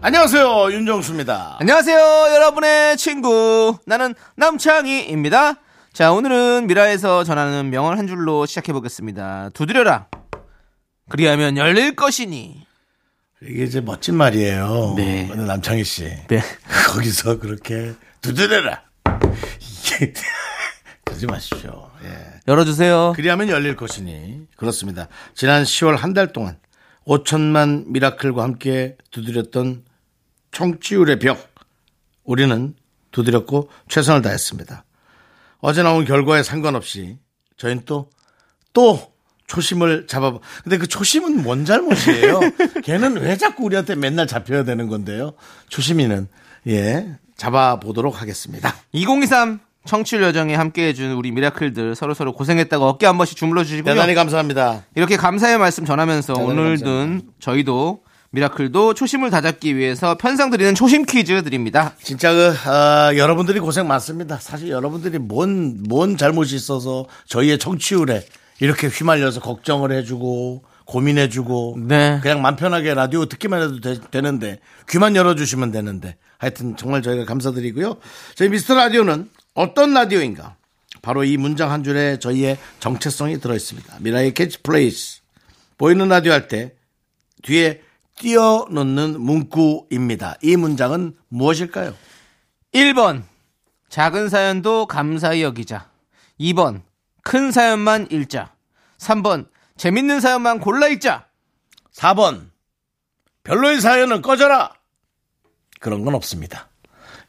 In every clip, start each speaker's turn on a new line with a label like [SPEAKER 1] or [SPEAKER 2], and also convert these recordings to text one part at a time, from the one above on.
[SPEAKER 1] 안녕하세요 윤정수입니다.
[SPEAKER 2] 안녕하세요, 여러분의 친구. 나는 남창희입니다. 자, 오늘은 미라에서 전하는 명언 한 줄로 시작해 보겠습니다. 두드려라. 그리하면 열릴 것이니.
[SPEAKER 1] 이게 이제 멋진 말이에요.
[SPEAKER 2] 네.
[SPEAKER 1] 근데 남창희 씨
[SPEAKER 2] 네.
[SPEAKER 1] 거기서 그렇게 두드려라. 이게 그러지 마십시오. 예.
[SPEAKER 2] 열어주세요.
[SPEAKER 1] 그리하면 열릴 것이니 그렇습니다. 지난 10월 한 달 동안 5천만 미라클과 함께 두드렸던 청취율의 벽 우리는 두드렸고 최선을 다했습니다. 어제 나온 결과에 상관없이 저희는 또 또 초심을 잡아. 근데 그 초심은 뭔 잘못이에요? 걔는 왜 자꾸 우리한테 맨날 잡혀야 되는 건데요? 초심이는 예 잡아 보도록 하겠습니다.
[SPEAKER 2] 2023 청취율 여정에 함께 해준 우리 미라클들 서로서로 고생했다고 어깨 한 번씩 주물러 주시고요.
[SPEAKER 1] 대단히 감사합니다.
[SPEAKER 2] 이렇게 감사의 말씀 전하면서 오늘은 저희도 미라클도 초심을 다잡기 위해서 편상 드리는 초심 퀴즈 드립니다.
[SPEAKER 1] 진짜 그 아, 여러분들이 고생 많습니다. 사실 여러분들이 뭔, 뭔 잘못이 있어서 저희의 청취율에 이렇게 휘말려서 걱정을 해주고 고민해주고
[SPEAKER 2] 네.
[SPEAKER 1] 그냥 맘 편하게 라디오 듣기만 해도 되, 는데 귀만 열어주시면 되는데 하여튼 정말 저희가 감사드리고요. 저희 미스터 라디오는 어떤 라디오인가? 바로 이 문장 한 줄에 저희의 정체성이 들어있습니다. 미라의 캐치플레이스 보이는 라디오 할 때 뒤에 띄어놓는 문구입니다. 이 문장은 무엇일까요?
[SPEAKER 2] 1번 작은 사연도 감사히 여기자 2번 큰 사연만 읽자 3번 재밌는 사연만 골라 읽자
[SPEAKER 1] 4번 별로인 사연은 꺼져라 그런 건 없습니다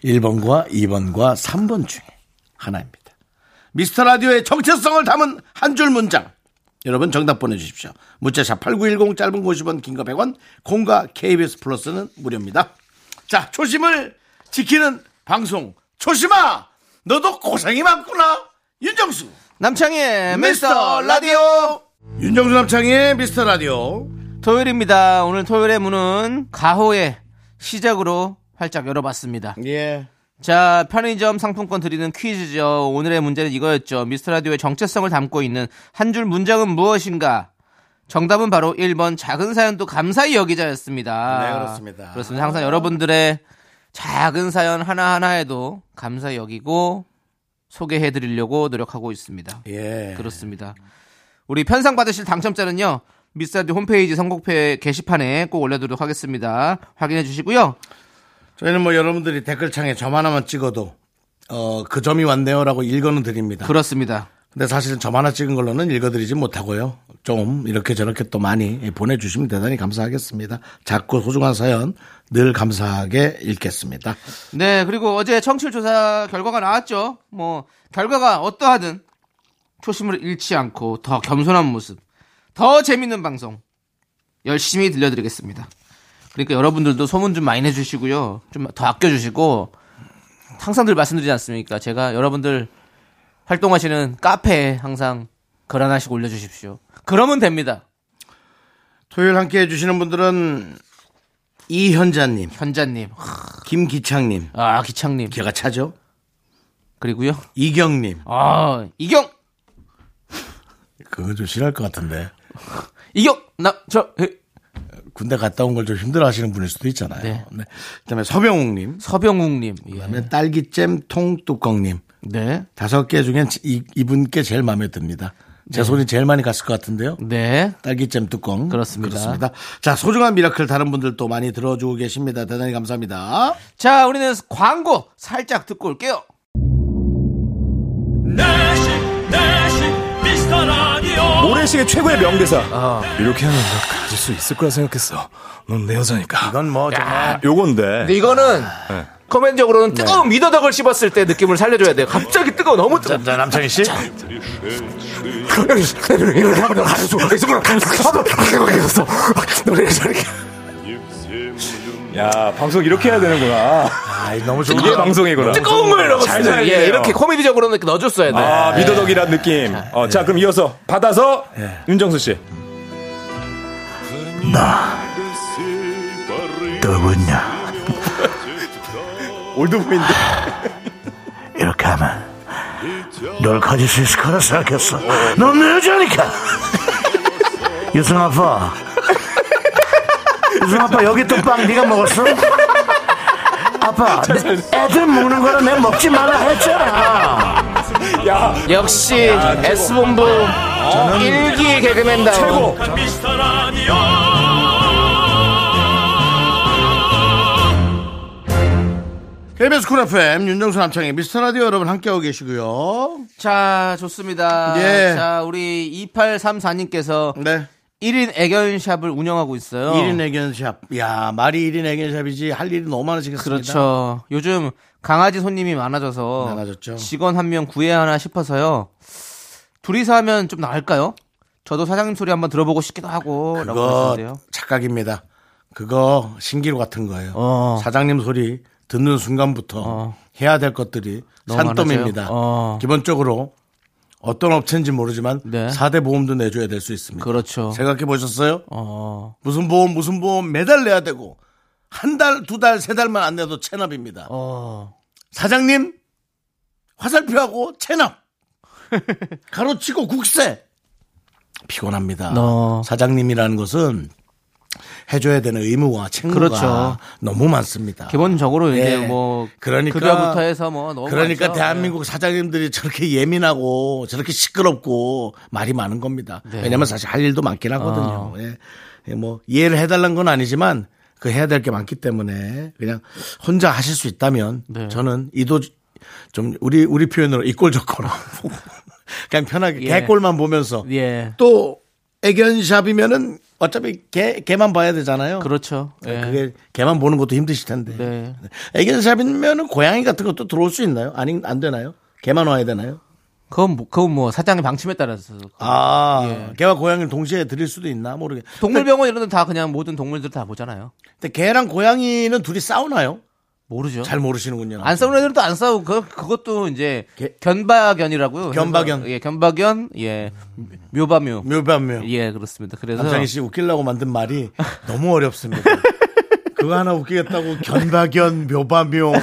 [SPEAKER 1] 1번과 2번과 3번 중에 하나입니다 미스터 라디오의 정체성을 담은 한 줄 문장 여러분 정답 보내주십시오 문자샵 8910 짧은 50원 긴 거 100원 콩과 KBS 플러스는 무료입니다 자 초심을 지키는 방송 초심아 너도 고생이 많구나 윤정수
[SPEAKER 2] 남창희의
[SPEAKER 1] 미스터
[SPEAKER 2] 미스터 라디오
[SPEAKER 1] 윤정수 남창희의 미스터 라디오
[SPEAKER 2] 토요일입니다 오늘 토요일의 문은 가호의 시작으로 활짝 열어봤습니다
[SPEAKER 1] 예
[SPEAKER 2] 자, 편의점 상품권 드리는 퀴즈죠. 오늘의 문제는 이거였죠. 미스터 라디오의 정체성을 담고 있는 한 줄 문장은 무엇인가? 정답은 바로 1번 작은 사연도 감사히 여기자였습니다.
[SPEAKER 1] 네, 그렇습니다.
[SPEAKER 2] 그렇습니다. 항상 여러분들의 작은 사연 하나하나에도 감사히 여기고 소개해 드리려고 노력하고 있습니다.
[SPEAKER 1] 예.
[SPEAKER 2] 그렇습니다. 우리 편상 받으실 당첨자는요. 미스터디 홈페이지 선곡표 게시판에 꼭 올려두도록 하겠습니다. 확인해 주시고요.
[SPEAKER 1] 저희는 뭐 여러분들이 댓글창에 점 하나만 찍어도 어, 그 점이 왔네요라고 읽어는 드립니다.
[SPEAKER 2] 그렇습니다.
[SPEAKER 1] 근데 사실은 점 하나 찍은 걸로는 읽어드리지 못하고요. 좀 이렇게 저렇게 또 많이 보내주시면 대단히 감사하겠습니다. 작고 소중한 사연 늘 감사하게 읽겠습니다.
[SPEAKER 2] 네, 그리고 어제 청취율 조사 결과가 나왔죠. 뭐 결과가 어떠하든 초심을 잃지 않고 더 겸손한 모습, 더 재밌는 방송 열심히 들려드리겠습니다. 그러니까 여러분들도 소문 좀 많이 내주시고요, 좀 더 아껴주시고 항상 늘 말씀드리지 않습니까? 제가 여러분들 활동하시는 카페에 항상 글 하나씩 올려주십시오. 그러면 됩니다.
[SPEAKER 1] 토요일 함께 해주시는 분들은 이현자님,
[SPEAKER 2] 현자님, 하,
[SPEAKER 1] 김기창님,
[SPEAKER 2] 아 기창님,
[SPEAKER 1] 걔가 차죠?
[SPEAKER 2] 그리고요,
[SPEAKER 1] 이경님.
[SPEAKER 2] 아 이경,
[SPEAKER 1] 그거 좀 싫어할 것 같은데.
[SPEAKER 2] 이경, 나저
[SPEAKER 1] 군대 갔다 온 걸 좀 힘들어 하시는 분일 수도 있잖아요.
[SPEAKER 2] 네.
[SPEAKER 1] 네. 그 다음에 서병욱님.
[SPEAKER 2] 서병욱님. 예.
[SPEAKER 1] 그다음에 네, 딸기잼 통뚜껑님.
[SPEAKER 2] 네.
[SPEAKER 1] 다섯 개 중엔 이, 이분께 제일 마음에 듭니다. 제 손이 제일 많이 갔을 것 같은데요.
[SPEAKER 2] 네.
[SPEAKER 1] 딸기잼 뚜껑.
[SPEAKER 2] 그렇습니다.
[SPEAKER 1] 그렇습니다. 자, 소중한 미라클 다른 분들도 많이 들어주고 계십니다. 대단히 감사합니다.
[SPEAKER 2] 자, 우리는 광고 살짝 듣고 올게요.
[SPEAKER 3] 내시 내시 미스터 라디오
[SPEAKER 4] 모래시계 최고의 명대사. 이렇게 하면 너 가질 수 있을 거라 생각했어. 넌 내 여자니까.
[SPEAKER 1] 이건 뭐 정말
[SPEAKER 4] 요건데.
[SPEAKER 2] 근데 이거는 커맨적으로는 뜨거운 미더덕을 씹었을 때 느낌을 살려줘야 돼요. 갑자기 뜨거워, 너무 뜨거워.
[SPEAKER 1] 자, 남창희 씨.
[SPEAKER 4] 이렇게 하면 너 가질 수 있을 거라 생각했어. 넌내 여자니까. 야, 방송 이렇게 해야 되는구나.
[SPEAKER 5] 아, 너무 좋은
[SPEAKER 4] 이게 방송이구나.
[SPEAKER 5] 뜨거운 걸
[SPEAKER 4] 잘
[SPEAKER 5] 넣었어요.
[SPEAKER 4] 살리네요.
[SPEAKER 5] 예, 이렇게
[SPEAKER 4] 이렇게
[SPEAKER 5] 코미디적으로 넣어줬어야 돼.
[SPEAKER 4] 아, 미더덕이란 느낌.
[SPEAKER 5] 네.
[SPEAKER 4] 어, 자, 그럼 이어서 받아서 윤정수 씨.
[SPEAKER 5] 음.
[SPEAKER 6] 누구냐?
[SPEAKER 4] 올드보인데.
[SPEAKER 6] 이렇게 하면 널 가질 수 있을 거라 생각했어. 넌 내 여자니까. 유승 아빠. 유승 아빠 여기 또 빵 네가 먹었어? 아빠 내 애들 먹는 거라 내 먹지 말라 했잖아.
[SPEAKER 4] 야,
[SPEAKER 2] 아,
[SPEAKER 5] 역시 S본부 일기 개그맨다운.
[SPEAKER 4] 최고.
[SPEAKER 3] 미스터 라디오
[SPEAKER 1] KBS 쿨 FM 윤정수 남창의 미스터 라디오 여러분 함께하고 계시고요.
[SPEAKER 2] 자, 좋습니다.
[SPEAKER 1] 예.
[SPEAKER 2] 자, 우리 2834님께서
[SPEAKER 1] 네.
[SPEAKER 2] 1인 애견샵을 운영하고 있어요.
[SPEAKER 1] 1인 애견샵. 야, 말이 1인 애견샵이지 할 일이 너무 많으시겠습니다.
[SPEAKER 2] 그렇죠. 요즘 강아지 손님이 많아져서
[SPEAKER 1] 많아졌죠.
[SPEAKER 2] 직원 한 명 구해야 하나 싶어서요. 둘이서 하면 좀 나을까요? 저도 사장님 소리 한번 들어보고 싶기도 하고 라고
[SPEAKER 1] 그거
[SPEAKER 2] 하셨는데요.
[SPEAKER 1] 착각입니다. 그거 신기루 같은 거예요.
[SPEAKER 2] 어.
[SPEAKER 1] 사장님 소리 듣는 순간부터
[SPEAKER 2] 어.
[SPEAKER 1] 해야 될 것들이
[SPEAKER 2] 너무
[SPEAKER 1] 산더미입니다.
[SPEAKER 2] 많아져요? 어.
[SPEAKER 1] 기본적으로 어떤 업체인지 모르지만
[SPEAKER 2] 네.
[SPEAKER 1] 사 4대 보험도 내줘야 될 수 있습니다.
[SPEAKER 2] 그렇죠.
[SPEAKER 1] 생각해 보셨어요?
[SPEAKER 2] 어.
[SPEAKER 1] 무슨 보험 무슨 보험 매달 내야 되고 한 달, 두 달, 세 달만 안 내도 체납입니다.
[SPEAKER 2] 어.
[SPEAKER 1] 사장님 화살표하고 체납 가로치고 국세 피곤합니다.
[SPEAKER 2] 어.
[SPEAKER 1] 사장님이라는 것은 해줘야 되는 의무와 책무가
[SPEAKER 2] 그렇죠.
[SPEAKER 1] 너무 많습니다.
[SPEAKER 2] 기본적으로 이제
[SPEAKER 1] 예.
[SPEAKER 2] 뭐
[SPEAKER 1] 그러니까-
[SPEAKER 2] 급여부터 해서 뭐 너무
[SPEAKER 1] 그러니까
[SPEAKER 2] 많죠.
[SPEAKER 1] 대한민국 사장님들이 저렇게 예민하고 저렇게 시끄럽고 말이 많은 겁니다.
[SPEAKER 2] 네.
[SPEAKER 1] 왜냐면 사실 할 일도 많긴
[SPEAKER 2] 어.
[SPEAKER 1] 하거든요. 예. 예, 뭐 이해를 해달라는 건 아니지만 그 해야 될 게 많기 때문에 그냥 혼자 하실 수 있다면
[SPEAKER 2] 네.
[SPEAKER 1] 저는 이도 좀 우리 우리 표현으로 이꼴 저꼴로 그냥 편하게 개꼴만 보면서
[SPEAKER 2] 예. 예.
[SPEAKER 1] 또 애견샵이면은 어차피 개 개만 봐야 되잖아요.
[SPEAKER 2] 그렇죠. 예.
[SPEAKER 1] 네, 그게 개만 보는 것도 힘드실 텐데.
[SPEAKER 2] 네.
[SPEAKER 1] 애견샵이면은 고양이 같은 것도 들어올 수 있나요? 아니 안 되나요? 개만 와야 되나요?
[SPEAKER 2] 그건 뭐- 그건 뭐 사장의 방침에 따라서
[SPEAKER 1] 아, 개와 고양이를 동시에 드릴 수도 있나 모르겠. 근데,
[SPEAKER 2] 예. 동물병원 이런 데 다 그냥 모든 동물들 다 보잖아요.
[SPEAKER 1] 근데 개랑 고양이는 둘이 싸우나요?
[SPEAKER 2] 모르죠.
[SPEAKER 1] 잘 모르시는군요.
[SPEAKER 2] 안 싸우는 애들은 또 안 싸우고 그, 그것도 이제
[SPEAKER 1] 개-
[SPEAKER 2] 견바견이라고요.
[SPEAKER 1] 견바견.
[SPEAKER 2] 해서, 예, 견바견. 예. 묘바묘.
[SPEAKER 1] 묘반묘.
[SPEAKER 2] 예, 그렇습니다. 그래서
[SPEAKER 1] 남창희 씨 웃기려고 만든 말이 너무 어렵습니다. 그거 하나 웃기겠다고 견바견 묘바묘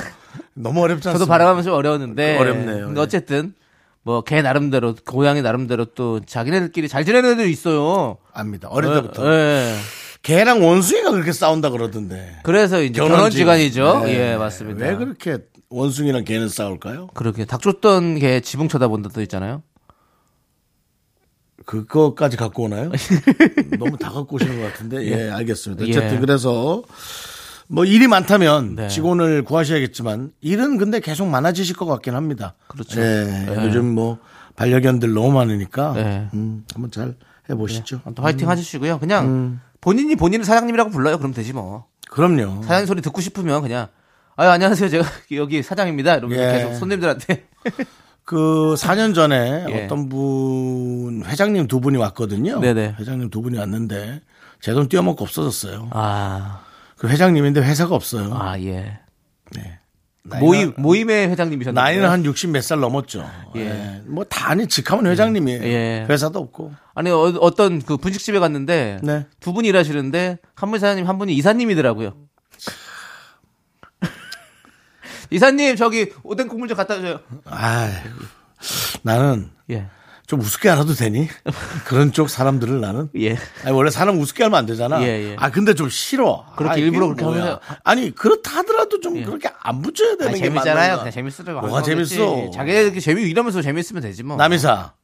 [SPEAKER 1] 너무 어렵지 않습니까?
[SPEAKER 2] 저도 바라보면서 좀 어려웠는데
[SPEAKER 1] 그 어렵네요. 예.
[SPEAKER 2] 근데 어쨌든 뭐 개 나름대로 고양이 나름대로 또 자기네들끼리 잘 지내는 애들 있어요.
[SPEAKER 1] 압니다. 어릴 때부터
[SPEAKER 2] 예.
[SPEAKER 1] 개랑 원숭이가 그렇게 싸운다 그러던데.
[SPEAKER 2] 그래서 이제 결혼지간이죠. 예, 맞습니다.
[SPEAKER 1] 네. 왜 그렇게 원숭이랑 개는 싸울까요?
[SPEAKER 2] 그렇게 닭 쫓던 개 지붕 쳐다본다도 있잖아요.
[SPEAKER 1] 그거까지 갖고 오나요? 너무 다 갖고 오시는 것 같은데. 예, 알겠습니다.
[SPEAKER 2] 예.
[SPEAKER 1] 어쨌든 그래서 뭐 일이 많다면
[SPEAKER 2] 네.
[SPEAKER 1] 직원을 구하셔야겠지만 일은 근데 계속 많아지실 것 같긴 합니다.
[SPEAKER 2] 그렇죠.
[SPEAKER 1] 예, 요즘 뭐 반려견들 너무 많으니까
[SPEAKER 2] 예. 네.
[SPEAKER 1] 음, 한번 잘 해보시죠.
[SPEAKER 2] 또 화이팅 하시고요. 그냥
[SPEAKER 1] 음.
[SPEAKER 2] 본인이 본인을 사장님이라고 불러요. 그럼 되지 뭐.
[SPEAKER 1] 그럼요.
[SPEAKER 2] 사장님 소리 듣고 싶으면 그냥 아 안녕하세요 제가 여기 사장입니다 이러면
[SPEAKER 1] 예.
[SPEAKER 2] 계속 손님들한테
[SPEAKER 1] 그 4년 전에
[SPEAKER 2] 예.
[SPEAKER 1] 어떤 분 회장님 두 분이 왔거든요.
[SPEAKER 2] 네네.
[SPEAKER 1] 회장님 두 분이 왔는데 제 돈 띄어먹고 없어졌어요.
[SPEAKER 2] 아아예
[SPEAKER 1] 그 회장님인데 회사가 없어요. 나이가-
[SPEAKER 2] 아, 예. 모임 모임의 회장님이셨나요?
[SPEAKER 1] 나이는 한 60 몇 살 넘었죠.
[SPEAKER 2] 예.
[SPEAKER 1] 예. 뭐 단이 직함은 회장님이에요.
[SPEAKER 2] 예.
[SPEAKER 1] 회사도 없고.
[SPEAKER 2] 아니 어, 떤그 분식집에 갔는데
[SPEAKER 1] 네.
[SPEAKER 2] 두 분이 일하시는데 한 분이 사장님 한 분이 이사님이더라고요. 이사님 저기 오뎅 국물 좀 갖다 줘요.
[SPEAKER 1] 아 나는
[SPEAKER 2] 예
[SPEAKER 1] 좀 우습게 안 해도 되니? 그런 쪽 사람들을 나는.
[SPEAKER 2] 예.
[SPEAKER 1] 아니, 원래 사람 우습게 하면 안 되잖아.
[SPEAKER 2] 예, 예.
[SPEAKER 1] 아, 근데 좀 싫어. 아,
[SPEAKER 2] 그렇게
[SPEAKER 1] 이게
[SPEAKER 2] 일부러 그렇게
[SPEAKER 1] 뭐야.
[SPEAKER 2] 하면서- 예.
[SPEAKER 1] 아니, 그렇다 하더라도 좀 그렇게 안 붙여야 되는
[SPEAKER 2] 아니,
[SPEAKER 1] 게
[SPEAKER 2] 재밌잖아요.
[SPEAKER 1] 맞는
[SPEAKER 2] 그냥
[SPEAKER 1] 거야.
[SPEAKER 2] 재밌으려고
[SPEAKER 1] 뭐가
[SPEAKER 2] 하는 거겠지.
[SPEAKER 1] 재밌어.
[SPEAKER 2] 자기들 재미 이러면서 재밌으면 되지 뭐.
[SPEAKER 1] 남이사.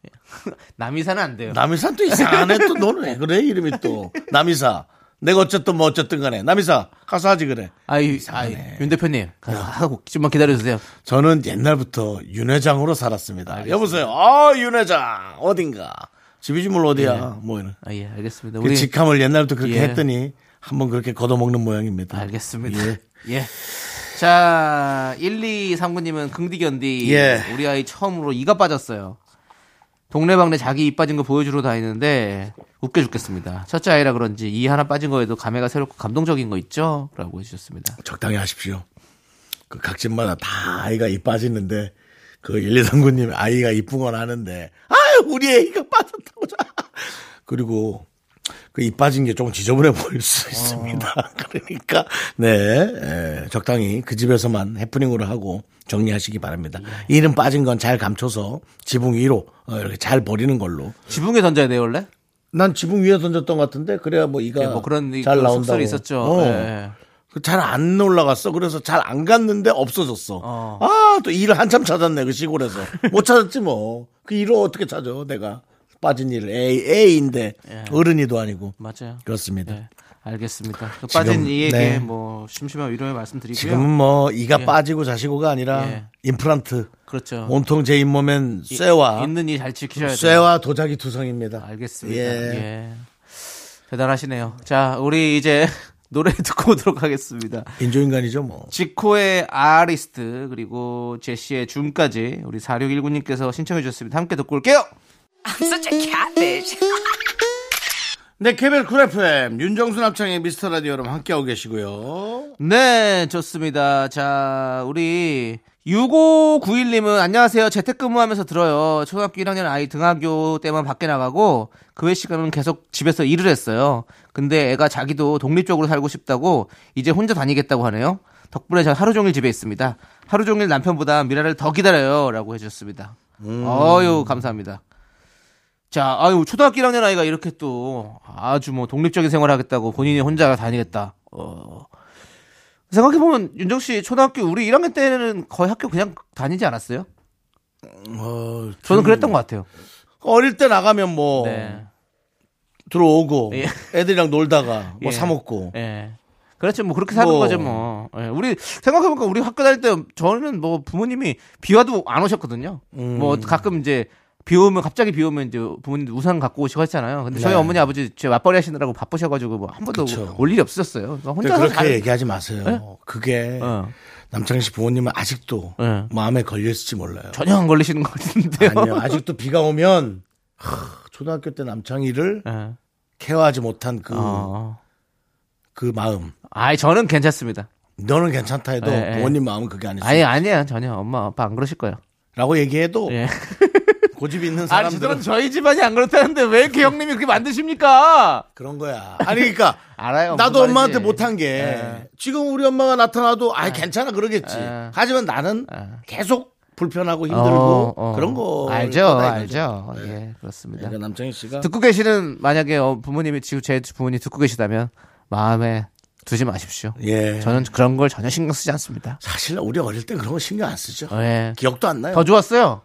[SPEAKER 2] 남이사는 안 돼요.
[SPEAKER 1] 남이사 또 이상하네. 또 너는 왜 그래? 이름이 또. 남이사. 내가 어쨌든 뭐 어쨌든 간에. 남이사. 가서 하지 그래.
[SPEAKER 2] 아이, 아이, 윤 대표님, 가- 하고 좀만 기다려주세요.
[SPEAKER 1] 저는 옛날부터 윤회장으로 살았습니다. 여보세요. 아, 윤회장. 어딘가. 집이 지뭘 어디야. 뭐 이런.
[SPEAKER 2] 아, 예, 알겠습니다.
[SPEAKER 1] 그
[SPEAKER 2] 우리
[SPEAKER 1] 직함을 옛날부터 그렇게
[SPEAKER 2] 예.
[SPEAKER 1] 했더니 한번 그렇게 걷어먹는 모양입니다.
[SPEAKER 2] 알겠습니다.
[SPEAKER 1] 예.
[SPEAKER 2] 예. 자, 1, 2, 3구님은 긍디견디.
[SPEAKER 1] 예.
[SPEAKER 2] 우리 아이 처음으로 이가 빠졌어요. 동네방네 자기 입 빠진 거 보여주러 다니는데 웃겨 죽겠습니다. 첫째 아이라 그런지 이 하나 빠진 거에도 감회가 새롭고 감동적인 거 있죠? 라고 해주셨습니다.
[SPEAKER 1] 적당히 하십시오. 그 각집마다 다 아이가 이 빠지는데 그 1, 2, 3구님 아이가 이쁜 건 아는데 아유 우리 애기가 빠졌다고 자. 그리고 그 이 빠진 게 조금 지저분해 보일 수
[SPEAKER 2] 어.
[SPEAKER 1] 있습니다. 그러니까 네 에, 적당히 그 집에서만 해프닝으로 하고 정리하시기 바랍니다.
[SPEAKER 2] 예.
[SPEAKER 1] 이름 빠진 건 잘 감춰서 지붕 위로 어, 이렇게 잘 버리는 걸로.
[SPEAKER 2] 지붕에 던져야 돼요, 원래?
[SPEAKER 1] 난 지붕 위에 던졌던 것 같은데 그래야 뭐 이가
[SPEAKER 2] 예, 뭐 그런
[SPEAKER 1] 잘
[SPEAKER 2] 그
[SPEAKER 1] 나온다고.
[SPEAKER 2] 속설이 있었죠.
[SPEAKER 1] 어.
[SPEAKER 2] 예.
[SPEAKER 1] 잘 안 올라갔어. 그래서 잘 안 갔는데 없어졌어. 아, 또 일을 한참 찾았네, 그 시골에서. 못 찾았지 뭐. 그 일을 어떻게 찾아, 내가. 빠진 일을. 에이, 에이인데.
[SPEAKER 2] 예.
[SPEAKER 1] 어른이도 아니고.
[SPEAKER 2] 맞아요.
[SPEAKER 1] 그렇습니다.
[SPEAKER 2] 네, 알겠습니다. 그 빠진 이에게
[SPEAKER 1] 네.
[SPEAKER 2] 뭐 심심한 위로의 말씀드리고요.
[SPEAKER 1] 지금은 뭐, 이가 빠지고 자시고가 아니라,
[SPEAKER 2] 예.
[SPEAKER 1] 임플란트.
[SPEAKER 2] 그렇죠.
[SPEAKER 1] 온통 제 잇몸엔 쇠와,
[SPEAKER 2] 있는 이 잘 지키셔야 돼요.
[SPEAKER 1] 쇠와 도자기 투성입니다.
[SPEAKER 2] 알겠습니다.
[SPEAKER 1] 예.
[SPEAKER 2] 예. 대단하시네요. 자, 우리 이제 노래 듣고 오도록 하겠습니다.
[SPEAKER 1] 인조인간이죠, 뭐.
[SPEAKER 2] 지코의 아리스트 그리고 제시의 줌까지 우리 4619님께서 신청해 주셨습니다. 함께 듣고 올게요.
[SPEAKER 7] 네, 케빈 쿨 FM 윤정수 남창의 미스터 라디오 여러분 함께하고 계시고요.
[SPEAKER 2] 네, 좋습니다. 자, 우리 6591님은 안녕하세요. 재택근무하면서 들어요. 초등학교 1학년 아이 등하교 때만 밖에 나가고 그 외 시간은 계속 집에서 일을 했어요. 근데 애가 자기도 독립적으로 살고 싶다고 이제 혼자 다니겠다고 하네요. 덕분에 전 하루 종일 집에 있습니다. 하루 종일 남편보다 미라를 더 기다려요라고 해주셨습니다. 어유 감사합니다. 자, 아유, 초등학교 1학년 아이가 이렇게 또 아주 뭐 독립적인 생활을 하겠다고 본인이 혼자 다니겠다. 어. 생각해보면 윤정 씨 초등학교 우리 1학년 때는 거의 학교 그냥 다니지 않았어요?
[SPEAKER 1] 어,
[SPEAKER 2] 저는 그랬던 것 같아요.
[SPEAKER 1] 어릴 때 나가면 뭐,
[SPEAKER 2] 네.
[SPEAKER 1] 들어오고,
[SPEAKER 2] 예.
[SPEAKER 1] 애들이랑 놀다가, 뭐
[SPEAKER 2] 예.
[SPEAKER 1] 사먹고.
[SPEAKER 2] 예. 그렇죠. 뭐 그렇게 사는
[SPEAKER 1] 뭐.
[SPEAKER 2] 거죠 뭐. 예, 우리 생각해보니까 우리 학교 다닐 때 저는 뭐 부모님이 비 와도 안 오셨거든요. 뭐
[SPEAKER 1] 음.
[SPEAKER 2] 가끔 이제 비 오면 갑자기 비 오면 이제 부모님 우산 갖고 오시고 했잖아요. 근데 저희
[SPEAKER 1] 네.
[SPEAKER 2] 어머니 아버지 제 맞벌이 하시느라고 바쁘셔가지고 뭐 한 번도
[SPEAKER 1] 그쵸.
[SPEAKER 2] 올 일이 없었어요. 그러니까 혼자서
[SPEAKER 1] 그렇게
[SPEAKER 2] 잘- 예?
[SPEAKER 1] 얘기하지 마세요. 그게
[SPEAKER 2] 어.
[SPEAKER 1] 남창희 씨 부모님은 아직도
[SPEAKER 2] 네.
[SPEAKER 1] 마음에 걸렸을지 몰라요.
[SPEAKER 2] 전혀 안 걸리시는 것 같은데요.
[SPEAKER 1] 아니요. 아직도 비가 오면 하, 초등학교 때 남창희를
[SPEAKER 2] 예.
[SPEAKER 1] 케어하지 못한 그,
[SPEAKER 2] 어.
[SPEAKER 1] 그 마음.
[SPEAKER 2] 아이 저는 괜찮습니다.
[SPEAKER 1] 너는 괜찮다 해도
[SPEAKER 2] 네, 네.
[SPEAKER 1] 부모님 마음은 그게
[SPEAKER 2] 아니
[SPEAKER 1] 아니지.
[SPEAKER 2] 아니에요 전혀 엄마 아빠 안 그러실 거예요.
[SPEAKER 1] 라고 얘기해도
[SPEAKER 2] 예.
[SPEAKER 1] 고집 있는
[SPEAKER 2] 아니
[SPEAKER 1] 사람들은
[SPEAKER 2] 저는 저희 집안이 안 그렇다는데 왜 이렇게 형님이 그렇게 만드십니까?
[SPEAKER 1] 그런 거야. 아니 그러니까
[SPEAKER 2] 알아요.
[SPEAKER 1] 나도
[SPEAKER 2] 무슨
[SPEAKER 1] 엄마한테
[SPEAKER 2] 말인지.
[SPEAKER 1] 못한 게 지금 우리 엄마가 나타나도 아 괜찮아 그러겠지.
[SPEAKER 2] 예.
[SPEAKER 1] 하지만 나는 계속 불편하고
[SPEAKER 2] 어,
[SPEAKER 1] 힘들고
[SPEAKER 2] 어.
[SPEAKER 1] 그런 거
[SPEAKER 2] 알죠, 알죠. 예, 그렇습니다.
[SPEAKER 1] 그러니까 남창희 씨가
[SPEAKER 2] 듣고 계시는 만약에 어, 부모님이 지금 제 부모님 듣고 계시다면 마음에 두지 마십시오.
[SPEAKER 1] 예.
[SPEAKER 2] 저는 그런 걸 전혀 신경 쓰지 않습니다.
[SPEAKER 1] 사실 우리 어릴 때 그런 거 신경 안 쓰죠.
[SPEAKER 2] 어, 예.
[SPEAKER 1] 기억도 안 나요.
[SPEAKER 2] 더 좋았어요.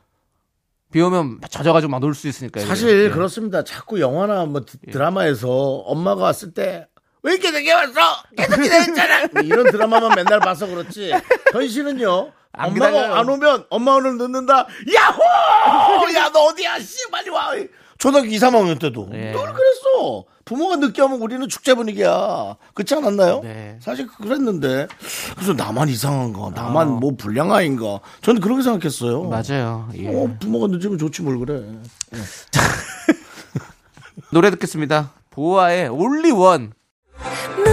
[SPEAKER 2] 비 오면 젖어가지고 막 놀 수 있으니까요.
[SPEAKER 1] 사실
[SPEAKER 2] 예.
[SPEAKER 1] 그렇습니다. 자꾸 영화나 뭐 드- 드라마에서 엄마가 왔을 때. 왜 이렇게 늦게 왔어? 계속 기다렸잖아. 뭐 이런 드라마만 맨날 봐서 그렇지. 현실은요.
[SPEAKER 2] 안
[SPEAKER 1] 엄마가
[SPEAKER 2] 기다려요.
[SPEAKER 1] 안 오면 엄마 오늘 늦는다. 야호! 야 너 어디야? 씨 빨리 와. 초등학교 2, 3학년 때도
[SPEAKER 2] 예.
[SPEAKER 1] 늘 그랬어. 부모가 늦게 오면 우리는 축제 분위기야. 그렇지 않았나요?
[SPEAKER 2] 네.
[SPEAKER 1] 사실 그랬는데 그래서 나만 이상한가, 나만 뭐 불량아인가. 저는 그렇게 생각했어요.
[SPEAKER 2] 아. 맞아요. 예.
[SPEAKER 1] 어, 부모가 늦으면 좋지 뭘 그래.
[SPEAKER 2] 노래 듣겠습니다. 보아의 올리 원.
[SPEAKER 8] 넌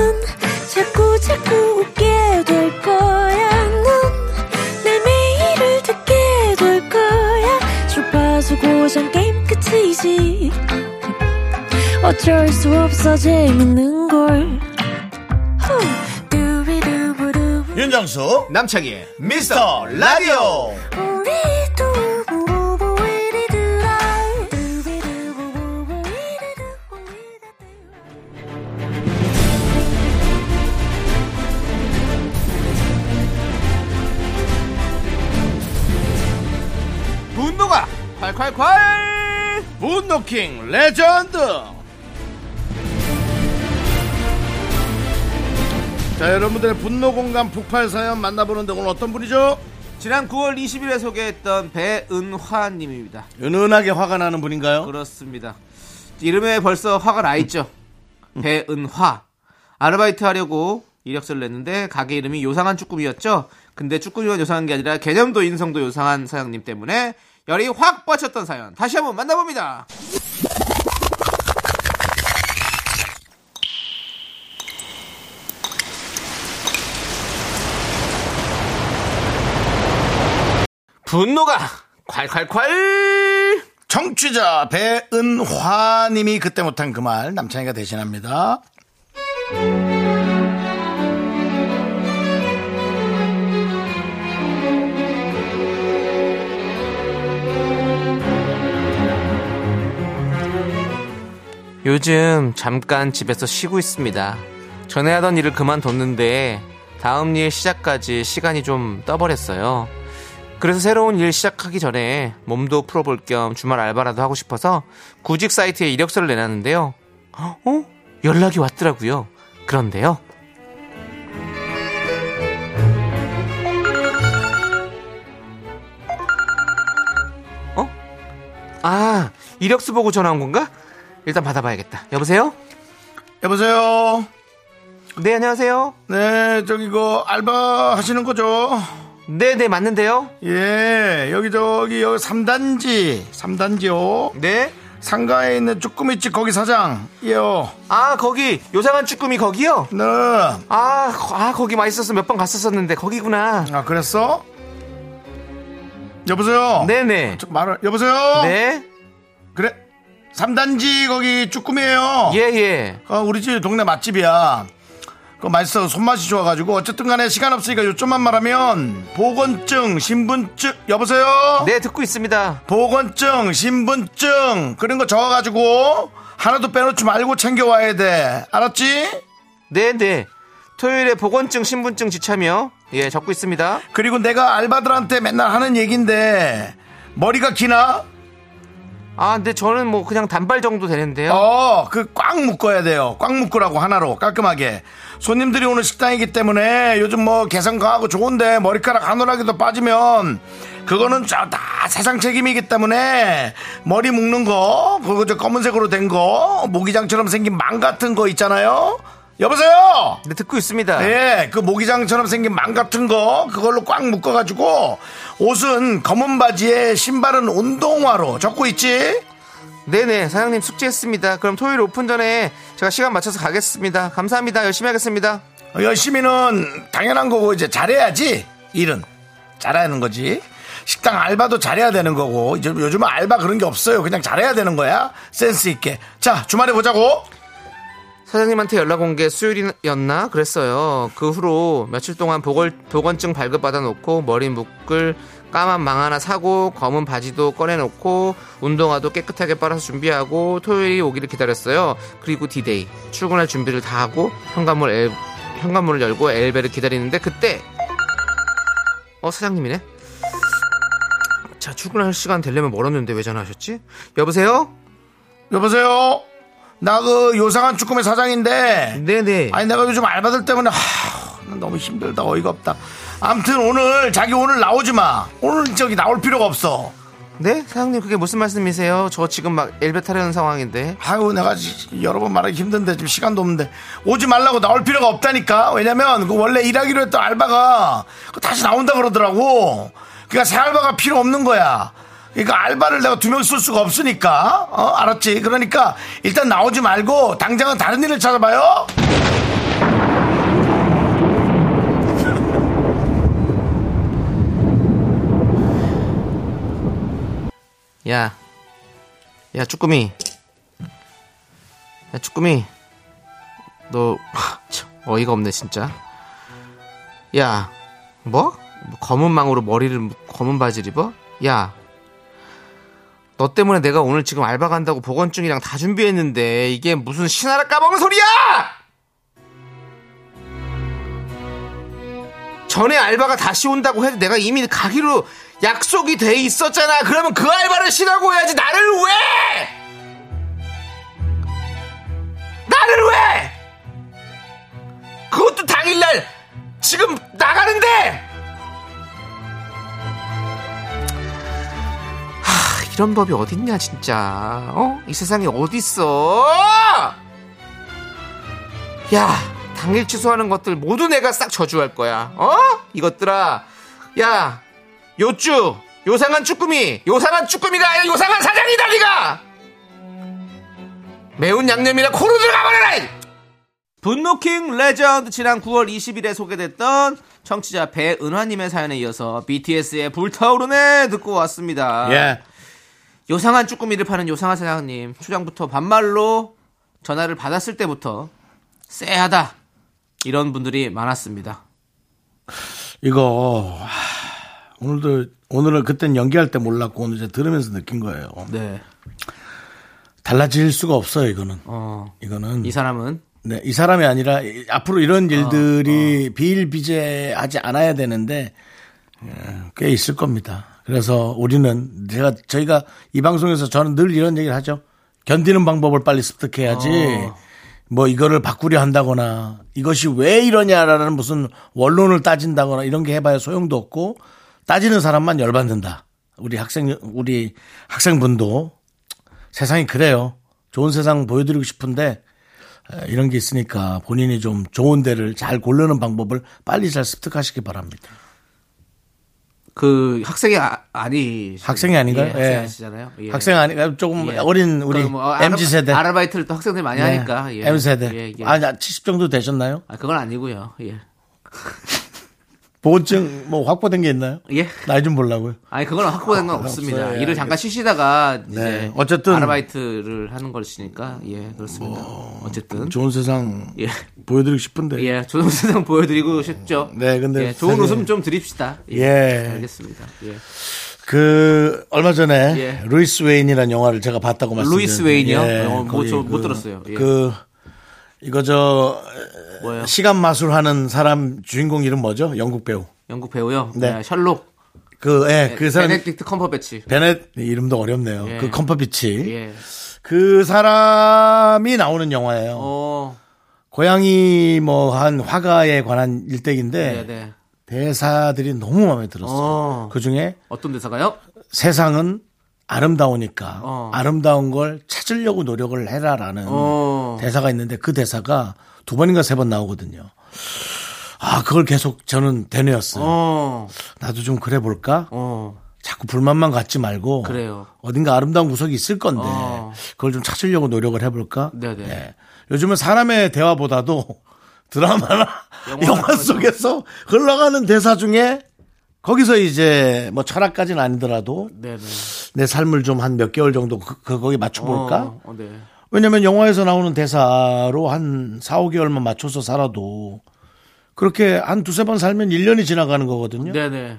[SPEAKER 8] 자꾸 자꾸 웃게 될 거야. 넌내 매일을 듣게 될 거야. 주파수 고정 게임 끝이지. 어쩔 수 없어 재밌는 걸. 후. 두비두부두.
[SPEAKER 1] 윤정수 남창희의 미스터 라디오
[SPEAKER 8] 우리 두부부부 우리들아. 두비두부부부 우리들아. 우리들아.
[SPEAKER 2] 분노가 콸콸콸
[SPEAKER 7] 문노킹 레전드 자 여러분들의 분노 공감 폭발 사연 만나보는데 오늘 어떤 분이죠?
[SPEAKER 2] 지난 9월 20일에 소개했던 배은화님입니다
[SPEAKER 7] 은은하게 화가 나는 분인가요?
[SPEAKER 2] 그렇습니다 이름에 벌써 화가 나 있죠
[SPEAKER 7] 음.
[SPEAKER 2] 배은화 아르바이트 하려고 이력서를 냈는데 가게 이름이 요상한 쭈꾸미였죠 근데 쭈꾸미만 요상한 게 아니라 개념도 인성도 요상한 사장님 때문에
[SPEAKER 9] 열이 확 뻗쳤던 사연 다시 한번 만나봅니다. 분노가 콸콸콸
[SPEAKER 1] 정취자 배은화님이 그때 못한 그 말 남창이가 대신합니다.
[SPEAKER 2] 요즘 잠깐 집에서 쉬고 있습니다. 전에 하던 일을 그만뒀는데 다음 일 시작까지 시간이 좀 떠버렸어요. 그래서 새로운 일 시작하기 전에 몸도 풀어볼 겸 주말 알바라도 하고 싶어서 구직 사이트에 이력서를 내놨는데요. 어? 연락이 왔더라고요. 그런데요. 어? 아, 이력서 보고 전화 온 건가? 일단 받아봐야겠다. 여보세요?
[SPEAKER 1] 여보세요.
[SPEAKER 2] 네, 안녕하세요.
[SPEAKER 1] 네, 저기 그 알바 하시는 거죠?
[SPEAKER 2] 네, 네, 맞는데요.
[SPEAKER 1] 예, 여기저기 여기 3단지, 3단지요.
[SPEAKER 2] 네.
[SPEAKER 1] 상가에 있는 쭈꾸미집 거기 사장이요.
[SPEAKER 2] 아, 거기 요상한 쭈꾸미 거기요?
[SPEAKER 1] 네.
[SPEAKER 2] 아, 거- 아 거기 맛있었어. 몇 번 갔었었는데 거기구나.
[SPEAKER 1] 아, 그랬어? 여보세요?
[SPEAKER 2] 네, 네.
[SPEAKER 1] 저 말을 여보세요?
[SPEAKER 2] 네.
[SPEAKER 1] 그래. 3단지 거기 쭈꾸미예요.
[SPEAKER 2] 예, 예.
[SPEAKER 1] 어, 우리 집 동네 맛집이야. 그 맛있어 손맛이 좋아가지고 어쨌든 간에 시간 없으니까 요점만 말하면 보건증, 신분증 여보세요.
[SPEAKER 2] 네, 듣고 있습니다.
[SPEAKER 1] 보건증, 신분증 그런 거 적어가지고 하나도 빼놓지 말고 챙겨와야 돼. 알았지?
[SPEAKER 2] 네, 네. 토요일에 보건증 신분증 지참이요. 예, 적고 있습니다.
[SPEAKER 1] 그리고 내가 알바들한테 맨날 하는 얘긴데 머리가 기나?
[SPEAKER 2] 아, 근데 저는 뭐 그냥 단발 정도 되는데요.
[SPEAKER 1] 어, 그 꽉 묶어야 돼요. 꽉 묶으라고 하나로 깔끔하게. 손님들이 오는 식당이기 때문에 요즘 뭐 개성 강하고 좋은데 머리카락 한 올하기도 빠지면 그거는 다 세상 책임이기 때문에 머리 묶는 거, 그거 저 검은색으로 된 거, 모기장처럼 생긴 망 같은 거 있잖아요. 여보세요.
[SPEAKER 2] 네, 듣고 있습니다.
[SPEAKER 1] 예, 그 모기장처럼 생긴 망 같은 거 그걸로 꽉 묶어가지고 옷은 검은 바지에 신발은 운동화로 적고 있지.
[SPEAKER 2] 네네 사장님 숙제했습니다 그럼 토요일 오픈 전에 제가 시간 맞춰서 가겠습니다 감사합니다 열심히 하겠습니다
[SPEAKER 1] 열심히는 당연한 거고 이제 잘해야지 일은 잘하는 거지 식당 알바도 잘해야 되는 거고 이제 요즘은 알바 그런 게 없어요 그냥 잘해야 되는 거야 센스 있게 자 주말에 보자고
[SPEAKER 2] 사장님한테 연락 온 게 수요일이었나 그랬어요 그 후로 며칠 동안 보걸, 보건증 발급 받아놓고 머리 묶을 까만 망 하나 사고 검은 바지도 꺼내놓고 운동화도 깨끗하게 빨아서 준비하고 토요일이 오기를 기다렸어요 그리고 디데이 출근할 준비를 다 하고 현관문 엘, 현관문을 열고 엘베를 기다리는데 그때 어 사장님이네 자 출근할 시간 되려면 멀었는데 왜 전화하셨지 여보세요
[SPEAKER 1] 여보세요 나 그 요상한 쭈꾸미 사장인데
[SPEAKER 2] 네네
[SPEAKER 1] 아니 내가 요즘 알바들 때문에 하, 난 너무 힘들다 어이가 없다 암튼 오늘 자기 오늘 나오지 마 오늘 저기 나올 필요가 없어
[SPEAKER 2] 네? 사장님 그게 무슨 말씀이세요? 저 지금 막 엘베 타려는 상황인데
[SPEAKER 1] 아유 내가 지- 여러 번 말하기 힘든데 지금 시간도 없는데 오지 말라고 나올 필요가 없다니까 왜냐면 그 원래 일하기로 했던 알바가 그거 다시 나온다 그러더라고 그러니까 새 알바가 필요 없는 거야 그러니까 알바를 내가 두 명 쓸 수가 없으니까 어 알았지 그러니까 일단 나오지 말고 당장은 다른 일을 찾아봐요
[SPEAKER 2] 야, 야 쭈꾸미 야 쭈꾸미 너 하, 참, 어이가 없네 진짜 야 뭐? 뭐 검은 망으로 머리를 묶- 검은 바지를 입어? 야 너 때문에 내가 오늘 지금 알바 간다고 보건증이랑 다 준비했는데 이게 무슨 신하라 까먹은 소리야! 전에 알바가 다시 온다고 해도 내가 이미 가기로 약속이 돼 있었잖아. 그러면 그 알바를 쉬라고 해야지. 나를 왜! 나를 왜! 그것도 당일날 지금 나가는데! 하, 이런 법이 어딨냐, 진짜. 어? 이 세상에 어딨어? 야, 당일 취소하는 것들 모두 내가 싹 저주할 거야. 어? 이것들아. 야, 요쭈.
[SPEAKER 5] 요상한 쭈꾸미, 요상한 쭈꾸미가 아니라 요상한 사장이다 니가. 매운 양념이라 코로 들어가 버려라. 이!
[SPEAKER 2] 분노킹 레전드 지난 9월 20일에 소개됐던 청취자 배은화님의 사연에 이어서 BTS의 불타오르네 듣고 왔습니다.
[SPEAKER 1] 예.
[SPEAKER 2] 요상한 쭈꾸미를 파는 요상한 사장님 초장부터 반말로 전화를 받았을 때부터 쎄하다 이런 분들이 많았습니다.
[SPEAKER 1] 이거 하, 오늘도 오늘은 그땐 연기할 때 몰랐고 오늘 이제 들으면서 느낀 거예요.
[SPEAKER 2] 네.
[SPEAKER 1] 달라질 수가 없어요. 이거는
[SPEAKER 2] 어.
[SPEAKER 1] 이거는
[SPEAKER 2] 이 사람은
[SPEAKER 1] 네, 이 사람이 아니라 이- 앞으로 이런 일들이 비일비재하지 않아야 되는데 예, 꽤 있을 겁니다. 그래서 우리는 제가 저희가 이 방송에서 저는 늘 이런 얘기를 하죠. 견디는 방법을 빨리 습득해야지. 뭐 이거를 바꾸려 한다거나 이것이 왜 이러냐라는 무슨 원론을 따진다거나 이런 게 해봐야 소용도 없고 따지는 사람만 열받는다. 우리 학생 우리 학생분도 세상이 그래요. 좋은 세상 보여드리고 싶은데 에, 이런 게 있으니까 본인이 좀 좋은 데를 잘 고르는 방법을 빨리 잘 습득하시기 바랍니다.
[SPEAKER 2] 그 학생이 아, 아니
[SPEAKER 1] 학생이 아닌가요? 예.
[SPEAKER 2] 학생이시잖아요. 예.
[SPEAKER 1] 학생 아니 그러니까 조금
[SPEAKER 2] 예.
[SPEAKER 1] 어린 우리
[SPEAKER 2] 그럼 뭐 아르바-
[SPEAKER 1] mz 세대,
[SPEAKER 2] 아르바이트를 또 학생들이 많이 하니까 예.
[SPEAKER 1] mz 세대.
[SPEAKER 2] 예, 예.
[SPEAKER 1] 아니 70 정도 되셨나요?
[SPEAKER 2] 아, 그건 아니고요. 예.
[SPEAKER 1] 보증 뭐 확보된 게 있나요?
[SPEAKER 2] 예.
[SPEAKER 1] 나이 좀 보려고요.
[SPEAKER 2] 아니 그건 확보된 건 없습니다. 일을 잠깐 쉬시다가
[SPEAKER 1] 예, 네.
[SPEAKER 2] 이제
[SPEAKER 1] 어쨌든-
[SPEAKER 2] 아르바이트를 하는 것이니까 예 그렇습니다.
[SPEAKER 1] 뭐.
[SPEAKER 2] 어쨌든
[SPEAKER 1] 좋은 세상
[SPEAKER 2] 예.
[SPEAKER 1] 보여드리고 싶은데.
[SPEAKER 2] 예 좋은 세상 보여드리고 싶죠.
[SPEAKER 1] 네, 근데
[SPEAKER 2] 예, 좋은
[SPEAKER 1] 사실-
[SPEAKER 2] 웃음 좀 드립시다.
[SPEAKER 1] 예.
[SPEAKER 2] 알겠습니다. 예.
[SPEAKER 1] 그 얼마 전에
[SPEAKER 2] 예.
[SPEAKER 1] 루이스 웨인이라는 영화를 제가 봤다고 말씀드렸는데. 예.
[SPEAKER 2] 루이스 웨인이요? 어, 뭐
[SPEAKER 1] 거기
[SPEAKER 2] 저못 들었어요. 예.
[SPEAKER 1] 그 이거 저
[SPEAKER 2] 뭐요?
[SPEAKER 1] 시간 마술하는 사람 주인공 이름 뭐죠? 영국 배우.
[SPEAKER 2] 영국 배우요.
[SPEAKER 1] 네.
[SPEAKER 2] 네, 셜록.
[SPEAKER 1] 그, 예, 그 사람.
[SPEAKER 2] 베네딕트 컴퍼배치.
[SPEAKER 1] 베넷, 이름도 어렵네요.
[SPEAKER 2] 예.
[SPEAKER 1] 그 컴퍼비치.
[SPEAKER 2] 예.
[SPEAKER 1] 그 사람이 나오는 영화예요.
[SPEAKER 2] 어.
[SPEAKER 1] 고양이 뭐 한 화가에 관한 일대기인데
[SPEAKER 2] 네, 네.
[SPEAKER 1] 대사들이 너무 마음에 들었어요.
[SPEAKER 2] 어.
[SPEAKER 1] 그 중에
[SPEAKER 2] 어떤 대사가요?
[SPEAKER 1] 세상은 아름다우니까
[SPEAKER 2] 어.
[SPEAKER 1] 아름다운 걸 찾으려고 노력을 해라라는
[SPEAKER 2] 어.
[SPEAKER 1] 대사가 있는데 그 대사가 두 번인가 세 번 나오거든요. 아, 그걸 계속 저는 되뇌었어요.
[SPEAKER 2] 어.
[SPEAKER 1] 나도 좀 그래 볼까?
[SPEAKER 2] 어.
[SPEAKER 1] 자꾸 불만만 갖지 말고
[SPEAKER 2] 그래요.
[SPEAKER 1] 어딘가 아름다운 구석이 있을 건데
[SPEAKER 2] 어.
[SPEAKER 1] 그걸 좀 찾으려고 노력을 해볼까?
[SPEAKER 2] 네네.
[SPEAKER 1] 예. 요즘은 사람의 대화보다도 드라마나
[SPEAKER 2] 영화
[SPEAKER 1] 영화 속에서 흘러가는 대사 중에 거기서 이제 뭐 철학까지는 아니더라도
[SPEAKER 2] 네, 네.
[SPEAKER 1] 내 삶을 좀 한 몇 개월 정도 그, 그- 거기 맞춰볼까?
[SPEAKER 2] 어, 어, 네.
[SPEAKER 1] 왜냐면 영화에서 나오는 대사로 한 4, 5개월만 맞춰서 살아도 그렇게 한 두세 번 살면 1년이 지나가는 거거든요.
[SPEAKER 2] 네, 네.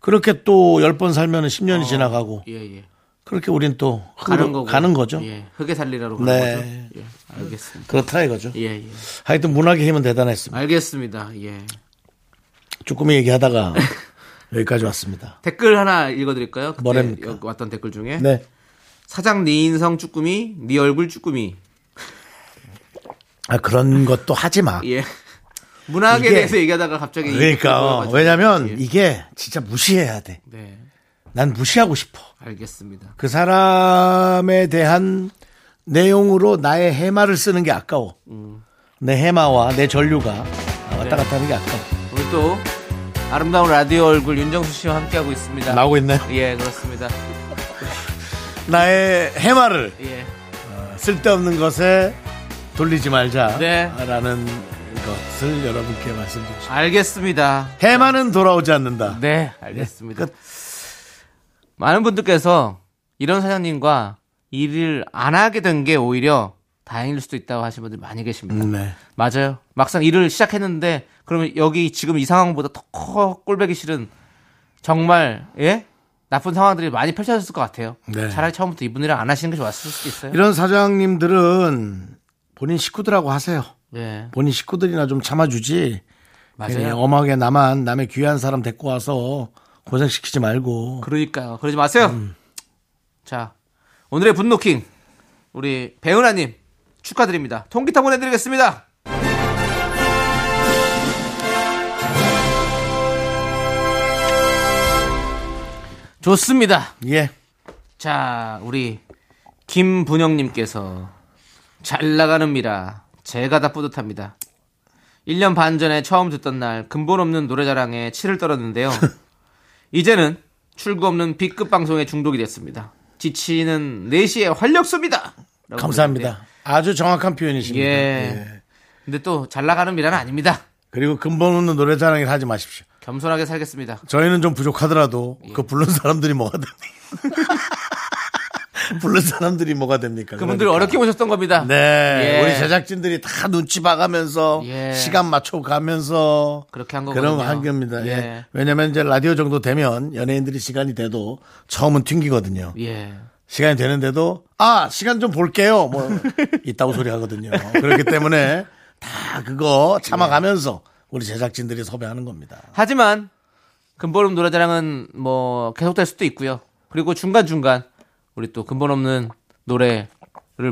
[SPEAKER 1] 그렇게 또 10번 살면 10년이 지나가고
[SPEAKER 2] 예, 예.
[SPEAKER 1] 그렇게 우린 또
[SPEAKER 2] 가는
[SPEAKER 1] 흐르-
[SPEAKER 2] 거고.
[SPEAKER 1] 가는 거죠.
[SPEAKER 2] 예. 흙에 살리라로 가는
[SPEAKER 1] 네.
[SPEAKER 2] 거죠. 예. 알겠습니다.
[SPEAKER 1] 그렇다 이거죠.
[SPEAKER 2] 예, 예.
[SPEAKER 1] 하여튼 문학의 힘은
[SPEAKER 2] 아.
[SPEAKER 1] 대단했습니다.
[SPEAKER 2] 알겠습니다. 예.
[SPEAKER 1] 쭈꾸미 얘기하다가 여기까지 왔습니다.
[SPEAKER 2] 댓글 하나 읽어드릴까요? 그때
[SPEAKER 1] 뭐랍니까?
[SPEAKER 2] 여- 왔던 댓글 중에
[SPEAKER 1] 네.
[SPEAKER 2] 사장 네 인성 쭈꾸미, 네 얼굴 쭈꾸미.
[SPEAKER 1] 아, 그런 것도 하지 마.
[SPEAKER 2] 예. 문학에
[SPEAKER 1] 이게-
[SPEAKER 2] 대해서 얘기하다가 갑자기
[SPEAKER 1] 그러니까
[SPEAKER 2] 이렇게
[SPEAKER 1] 왜냐면
[SPEAKER 2] 예.
[SPEAKER 1] 이게 진짜 무시해야 돼.
[SPEAKER 2] 네.
[SPEAKER 1] 난 무시하고 싶어.
[SPEAKER 2] 알겠습니다.
[SPEAKER 1] 그 사람에 대한 내용으로 나의 해마를 쓰는 게 아까워.
[SPEAKER 2] 음.
[SPEAKER 1] 내 해마와 내 전류가
[SPEAKER 2] 네.
[SPEAKER 1] 왔다 갔다 하는 게 아까워.
[SPEAKER 2] 오늘 또 아름다운 라디오 얼굴 윤정수 씨와 함께하고 있습니다.
[SPEAKER 1] 나오고 있나요?
[SPEAKER 2] 예, 그렇습니다.
[SPEAKER 1] 나의 해마를
[SPEAKER 2] 예.
[SPEAKER 1] 쓸데없는 것에 돌리지
[SPEAKER 2] 네.
[SPEAKER 1] 말자라는 것을 여러분께 말씀드리고 싶습니다.
[SPEAKER 2] 알겠습니다.
[SPEAKER 1] 해마는 돌아오지 않는다.
[SPEAKER 2] 네, 알겠습니다. 많은 분들께서 이런 사장님과 일을 안 하게 된 게 오히려 다행일 수도 있다고 하시는 분들 많이 계십니다.
[SPEAKER 1] 네.
[SPEAKER 2] 맞아요. 막상 일을 시작했는데 그러면 여기 지금 이 상황보다 더 꼴배기 싫은 정말 예? 나쁜 상황들이 많이 펼쳐졌을 것 같아요.
[SPEAKER 1] 네.
[SPEAKER 2] 차라리 처음부터 이분 일을 안 하시는 게 좋았을 수도 있어요.
[SPEAKER 1] 이런 사장님들은 본인 식구들하고 하세요.
[SPEAKER 2] 예.
[SPEAKER 1] 본인 식구들이나 좀 참아주지. 그냥
[SPEAKER 2] 맞아요.
[SPEAKER 1] 엄하게 나만 남의 귀한 사람 데리고 와서 고생시키지 말고.
[SPEAKER 2] 그러니까요. 그러지 마세요. 자, 오늘의 분노킹 우리 배은하님 축하드립니다. 통기타 보내드리겠습니다. 좋습니다.
[SPEAKER 1] 예.
[SPEAKER 2] 자, 우리 김분영님께서 잘 나가는 미라 제가 다 뿌듯합니다. 1년 반 전에 처음 듣던 날 근본 없는 노래자랑에 치를 떨었는데요. 이제는 출구 없는 B급 방송에 중독이 됐습니다. 지치는 4시에 활력소입니다. 라고
[SPEAKER 1] 감사합니다. 아주 정확한 표현이십니다.
[SPEAKER 2] 그러는데,
[SPEAKER 1] 예.
[SPEAKER 2] 예. 근데 또 잘 나가는 미라는 아닙니다.
[SPEAKER 1] 그리고 근본 없는 노래 자랑을 하지 마십시오.
[SPEAKER 2] 겸손하게 살겠습니다.
[SPEAKER 1] 저희는 좀 부족하더라도
[SPEAKER 2] 음.
[SPEAKER 1] 그 부른 사람들이 뭐가 됩니까? 부른 사람들이 뭐가 됩니까?
[SPEAKER 2] 그분들
[SPEAKER 1] 그러니까.
[SPEAKER 2] 어렵게 모셨던 겁니다.
[SPEAKER 1] 네,
[SPEAKER 2] 예.
[SPEAKER 1] 우리 제작진들이 다 눈치 봐가면서
[SPEAKER 2] 예.
[SPEAKER 1] 시간 맞춰가면서
[SPEAKER 2] 그렇게 한
[SPEAKER 1] 그런 거
[SPEAKER 2] 거거든요.
[SPEAKER 1] 한 겁니다. 예.
[SPEAKER 2] 예.
[SPEAKER 1] 왜냐면 이제 라디오 정도 되면 연예인들이 시간이 돼도 처음은 튕기거든요.
[SPEAKER 2] 예.
[SPEAKER 1] 시간이 되는데도 아 시간 좀 볼게요. 뭐 있다고 소리 하거든요. 그렇기 때문에 다 그거
[SPEAKER 2] 예.
[SPEAKER 1] 참아가면서 우리 제작진들이 섭외하는 겁니다.
[SPEAKER 2] 하지만 근본음 노래자랑은 뭐 계속될 수도 있고요. 그리고 중간 중간 우리 또 근본 없는 노래를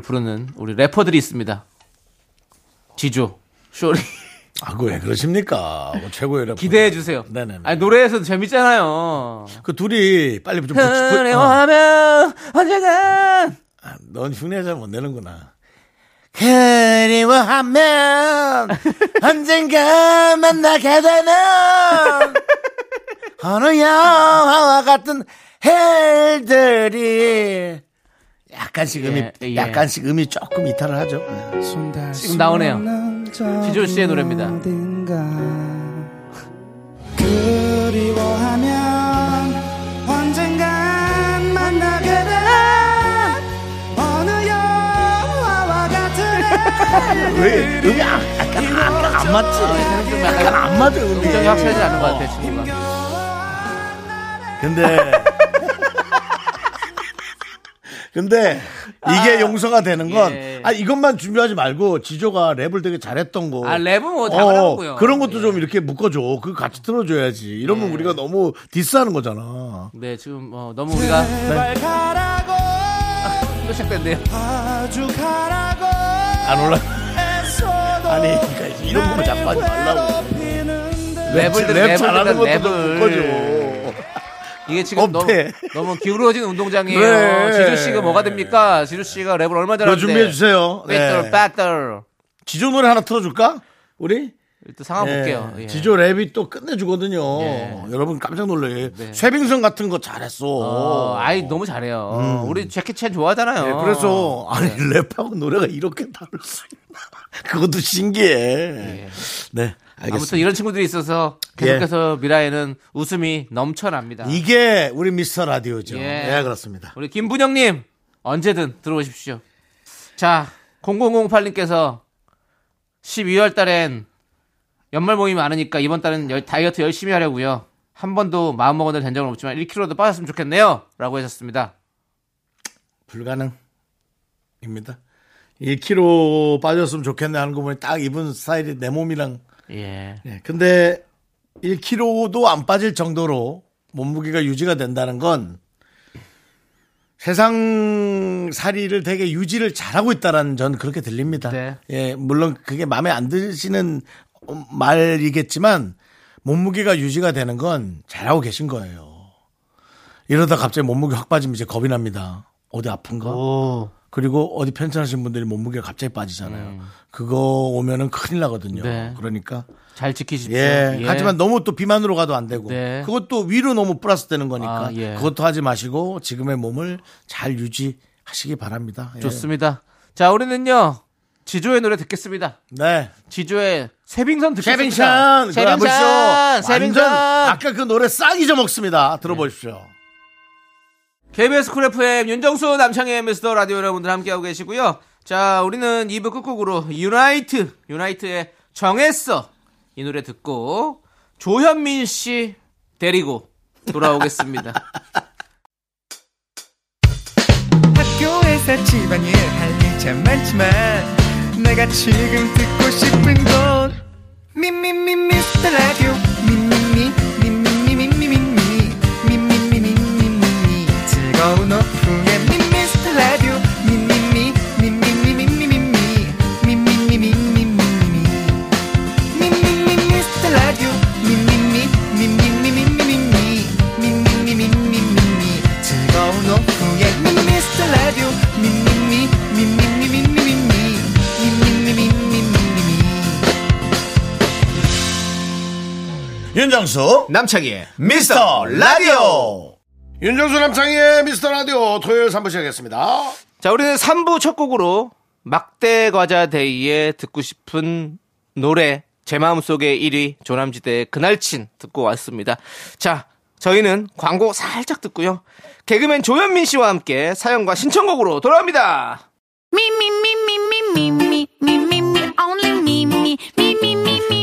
[SPEAKER 2] 부르는 우리 래퍼들이 있습니다. 지조, 쇼리
[SPEAKER 1] 아 왜 그러십니까? 뭐 최고의 래퍼.
[SPEAKER 2] 기대해 주세요.
[SPEAKER 1] 네네.
[SPEAKER 2] 아니 노래에서 재밌잖아요.
[SPEAKER 1] 그 둘이 빨리 좀. 고치- 고- 어.
[SPEAKER 2] 그리워하면 언젠간
[SPEAKER 1] 아, 넌 흉내잘 못 내는구나. 그리워하면 언젠가 만나게 되면 어느 영화와 같은 헬들이 약간씩 음이
[SPEAKER 2] 예, 예.
[SPEAKER 1] 약간씩 음이 조금 이탈을 하죠. 네.
[SPEAKER 2] 지금 나오네요. 지조 씨의 노래입니다.
[SPEAKER 1] 왜 음이 약간 안, 안
[SPEAKER 2] 아,
[SPEAKER 1] 맞지?
[SPEAKER 2] 좀
[SPEAKER 1] 약간
[SPEAKER 2] 약간
[SPEAKER 1] 안 맞아 음이.
[SPEAKER 2] 음정이 확실하지 않은 것 같아요, 친구가.
[SPEAKER 1] 근데 근데 이게 용서가 되는 건
[SPEAKER 2] 아, 예.
[SPEAKER 1] 아, 이것만 준비하지 말고 지조가 랩을 되게 잘했던 거. 어,
[SPEAKER 2] 아, 랩은 뭐 당연하고요.
[SPEAKER 1] 그런 것도
[SPEAKER 2] 예.
[SPEAKER 1] 좀 이렇게 묶어줘. 그거 같이 틀어줘야지. 이러면
[SPEAKER 2] 예.
[SPEAKER 1] 우리가 너무 디스하는 거잖아.
[SPEAKER 2] 네, 지금 어, 너무 우리가
[SPEAKER 1] 네.
[SPEAKER 2] 아, 또 시작됐네요.
[SPEAKER 1] 안 올라. 아니, 그러니까 이런 거만 자꾸 하지 말라고.
[SPEAKER 2] 랩을
[SPEAKER 1] 랩,
[SPEAKER 2] 들어, 랩을
[SPEAKER 1] 잘하는
[SPEAKER 2] 들어,
[SPEAKER 1] 것도 좀
[SPEAKER 2] 랩을.
[SPEAKER 1] 묶어줘.
[SPEAKER 2] 이게 지금 너무,
[SPEAKER 1] 업태.
[SPEAKER 2] 너무 기울어진 운동장이에요.
[SPEAKER 1] 그래.
[SPEAKER 2] 지주 씨가 뭐가 됩니까? 지주 씨가 랩을 얼마
[SPEAKER 1] 네. 그거
[SPEAKER 2] 잘하는데.
[SPEAKER 1] 준비해 주세요.
[SPEAKER 2] 배틀,
[SPEAKER 1] 네.
[SPEAKER 2] 배틀.
[SPEAKER 1] 지조 노래 하나 틀어줄까? 우리?
[SPEAKER 2] 일단 상황
[SPEAKER 1] 예,
[SPEAKER 2] 볼게요. 예.
[SPEAKER 1] 지조 랩이 또 끝내주거든요.
[SPEAKER 2] 예.
[SPEAKER 1] 여러분 깜짝 놀래.
[SPEAKER 2] 네.
[SPEAKER 1] 쇠빙선 같은 거 잘했어.
[SPEAKER 2] 어, 아이 너무 잘해요. 우리 재키챈 좋아하잖아요.
[SPEAKER 1] 음.
[SPEAKER 2] 네.
[SPEAKER 1] 예, 그래서 아니 랩하고 노래가 이렇게 다를 수 있나? 그것도 신기해. 네,
[SPEAKER 2] 예. 아무튼
[SPEAKER 1] 알겠습니다.
[SPEAKER 2] 이런 친구들이 있어서 계속해서 미라에는 웃음이 넘쳐납니다.
[SPEAKER 1] 예. 이게 우리 미스터 라디오죠.
[SPEAKER 2] 예.
[SPEAKER 1] 예, 그렇습니다.
[SPEAKER 2] 우리 김분영님 언제든 들어오십시오. 자, 0008님께서 12월 달엔 연말 모임이 많으니까 이번 달은 열- 다이어트 열심히 하려고요. 한 번도 마음먹은 대로 된 적은 없지만 1kg도 빠졌으면 좋겠네요. 라고 하셨습니다.
[SPEAKER 1] 불가능입니다. 1kg 빠졌으면 좋겠네 하는 거 보니 딱 이분 스타일이 내 몸이랑.
[SPEAKER 2] 예.
[SPEAKER 1] 예, 근데 1kg도 안 빠질 정도로 몸무게가 유지가 된다는 건 세상 살이를 되게 유지를 잘하고 있다라는 전 그렇게 들립니다.
[SPEAKER 2] 네.
[SPEAKER 1] 예, 물론 그게 마음에 안 드시는 어, 말이겠지만 몸무게가 유지가 되는 건 잘하고 계신 거예요. 이러다 갑자기 몸무게 확 빠지면 이제 겁이 납니다. 어디 아픈가? 그리고 어디 편찮으신 분들이 몸무게가 갑자기 빠지잖아요. 그거 오면은 큰일 나거든요.
[SPEAKER 2] 음. 네.
[SPEAKER 1] 그러니까
[SPEAKER 2] 잘 지키십시오.
[SPEAKER 1] 예. 하지만 너무 또 비만으로 가도 안 되고
[SPEAKER 2] 네.
[SPEAKER 1] 그것도 위로 너무 플러스 되는 거니까
[SPEAKER 2] 아, 예.
[SPEAKER 1] 그것도 하지 마시고 지금의 몸을 잘 유지하시기 바랍니다. 예.
[SPEAKER 2] 좋습니다. 자, 우리는요. 지조의 노래 듣겠습니다.
[SPEAKER 1] 네.
[SPEAKER 2] 지조의 세빙선 듣겠습니다.
[SPEAKER 1] 세빈션
[SPEAKER 2] 세빙선!
[SPEAKER 1] 완전
[SPEAKER 2] 세빙선!
[SPEAKER 1] 아까 그 노래 싹 잊어먹습니다. 들어보십시오.
[SPEAKER 2] KBS 쿨 FM 윤정수 남창의 미스터 라디오 여러분들 함께하고 계시고요. 자, 우리는 2부 끝곡으로 유나이트, 유나이트의 정했어. 이 노래 듣고 조현민 씨 데리고 돌아오겠습니다.
[SPEAKER 10] 학교에서 집안일 할 일 참 많지만 내가 지금 듣고 싶은 건 미미미 미스터 라디오 미미미 미미미미미미 미미미미미미 즐거운 오후에 미스터 라디오 미미미 미미미미미미 미미미미미미미 미미미 미스터 라디오 미미미 미미미미미미 미미미미미미 즐거운 오후에 미스터 라디오 미미미 미미미미미미 미미미미미미미
[SPEAKER 1] 윤정수
[SPEAKER 2] 예. 남창희의
[SPEAKER 1] 미스터 라디오 윤정수 남창희의 미스터 라디오 토요일 3부 시작했습니다.
[SPEAKER 2] 자, 우리는 3부 첫 곡으로 막대 과자 데이에 듣고 싶은 노래 제 마음속의 1위 조남지대의 그날친 듣고 왔습니다. 자, 저희는 광고 살짝 듣고요. 개그맨 조현민 씨와 함께 사연과 신청곡으로 돌아옵니다.
[SPEAKER 8] Me, me, me, me, me, me, me, me, me, me, only me, me, me, me, me, me.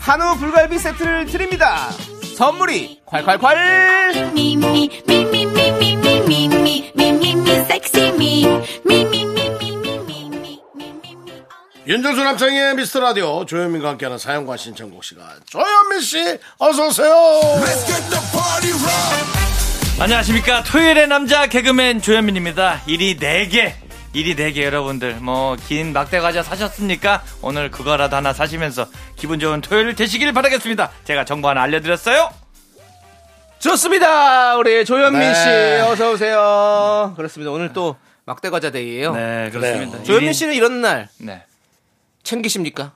[SPEAKER 2] 한우 불갈비 세트를 드립니다 선물이 콸콸콸
[SPEAKER 8] Me, me, me, me, me, me, me, me, me, me, me, me, sexy me. Me, me, me, me, me, me, me, me, me, me, only
[SPEAKER 1] 윤정수 남창의 미스터 라디오 조현민과 함께하는 사연과 신청곡 시간. 조현민 씨, 어서오세요.
[SPEAKER 11] 안녕하십니까 토요일의 남자 개그맨 조현민입니다 일이 4개 일이 4개 여러분들 뭐 긴 막대 과자 사셨습니까 오늘 그거라도 하나 사시면서 기분 좋은 토요일 되시길 바라겠습니다 제가 정보 하나 알려드렸어요
[SPEAKER 2] 좋습니다 우리 조현민
[SPEAKER 1] 네.
[SPEAKER 2] 씨 어서 오세요 그렇습니다 오늘 또 막대과자 데이예요
[SPEAKER 11] 네 그렇습니다
[SPEAKER 2] 조현민
[SPEAKER 11] 일이-
[SPEAKER 2] 씨는 이런 날
[SPEAKER 11] 네.
[SPEAKER 2] 챙기십니까? 네.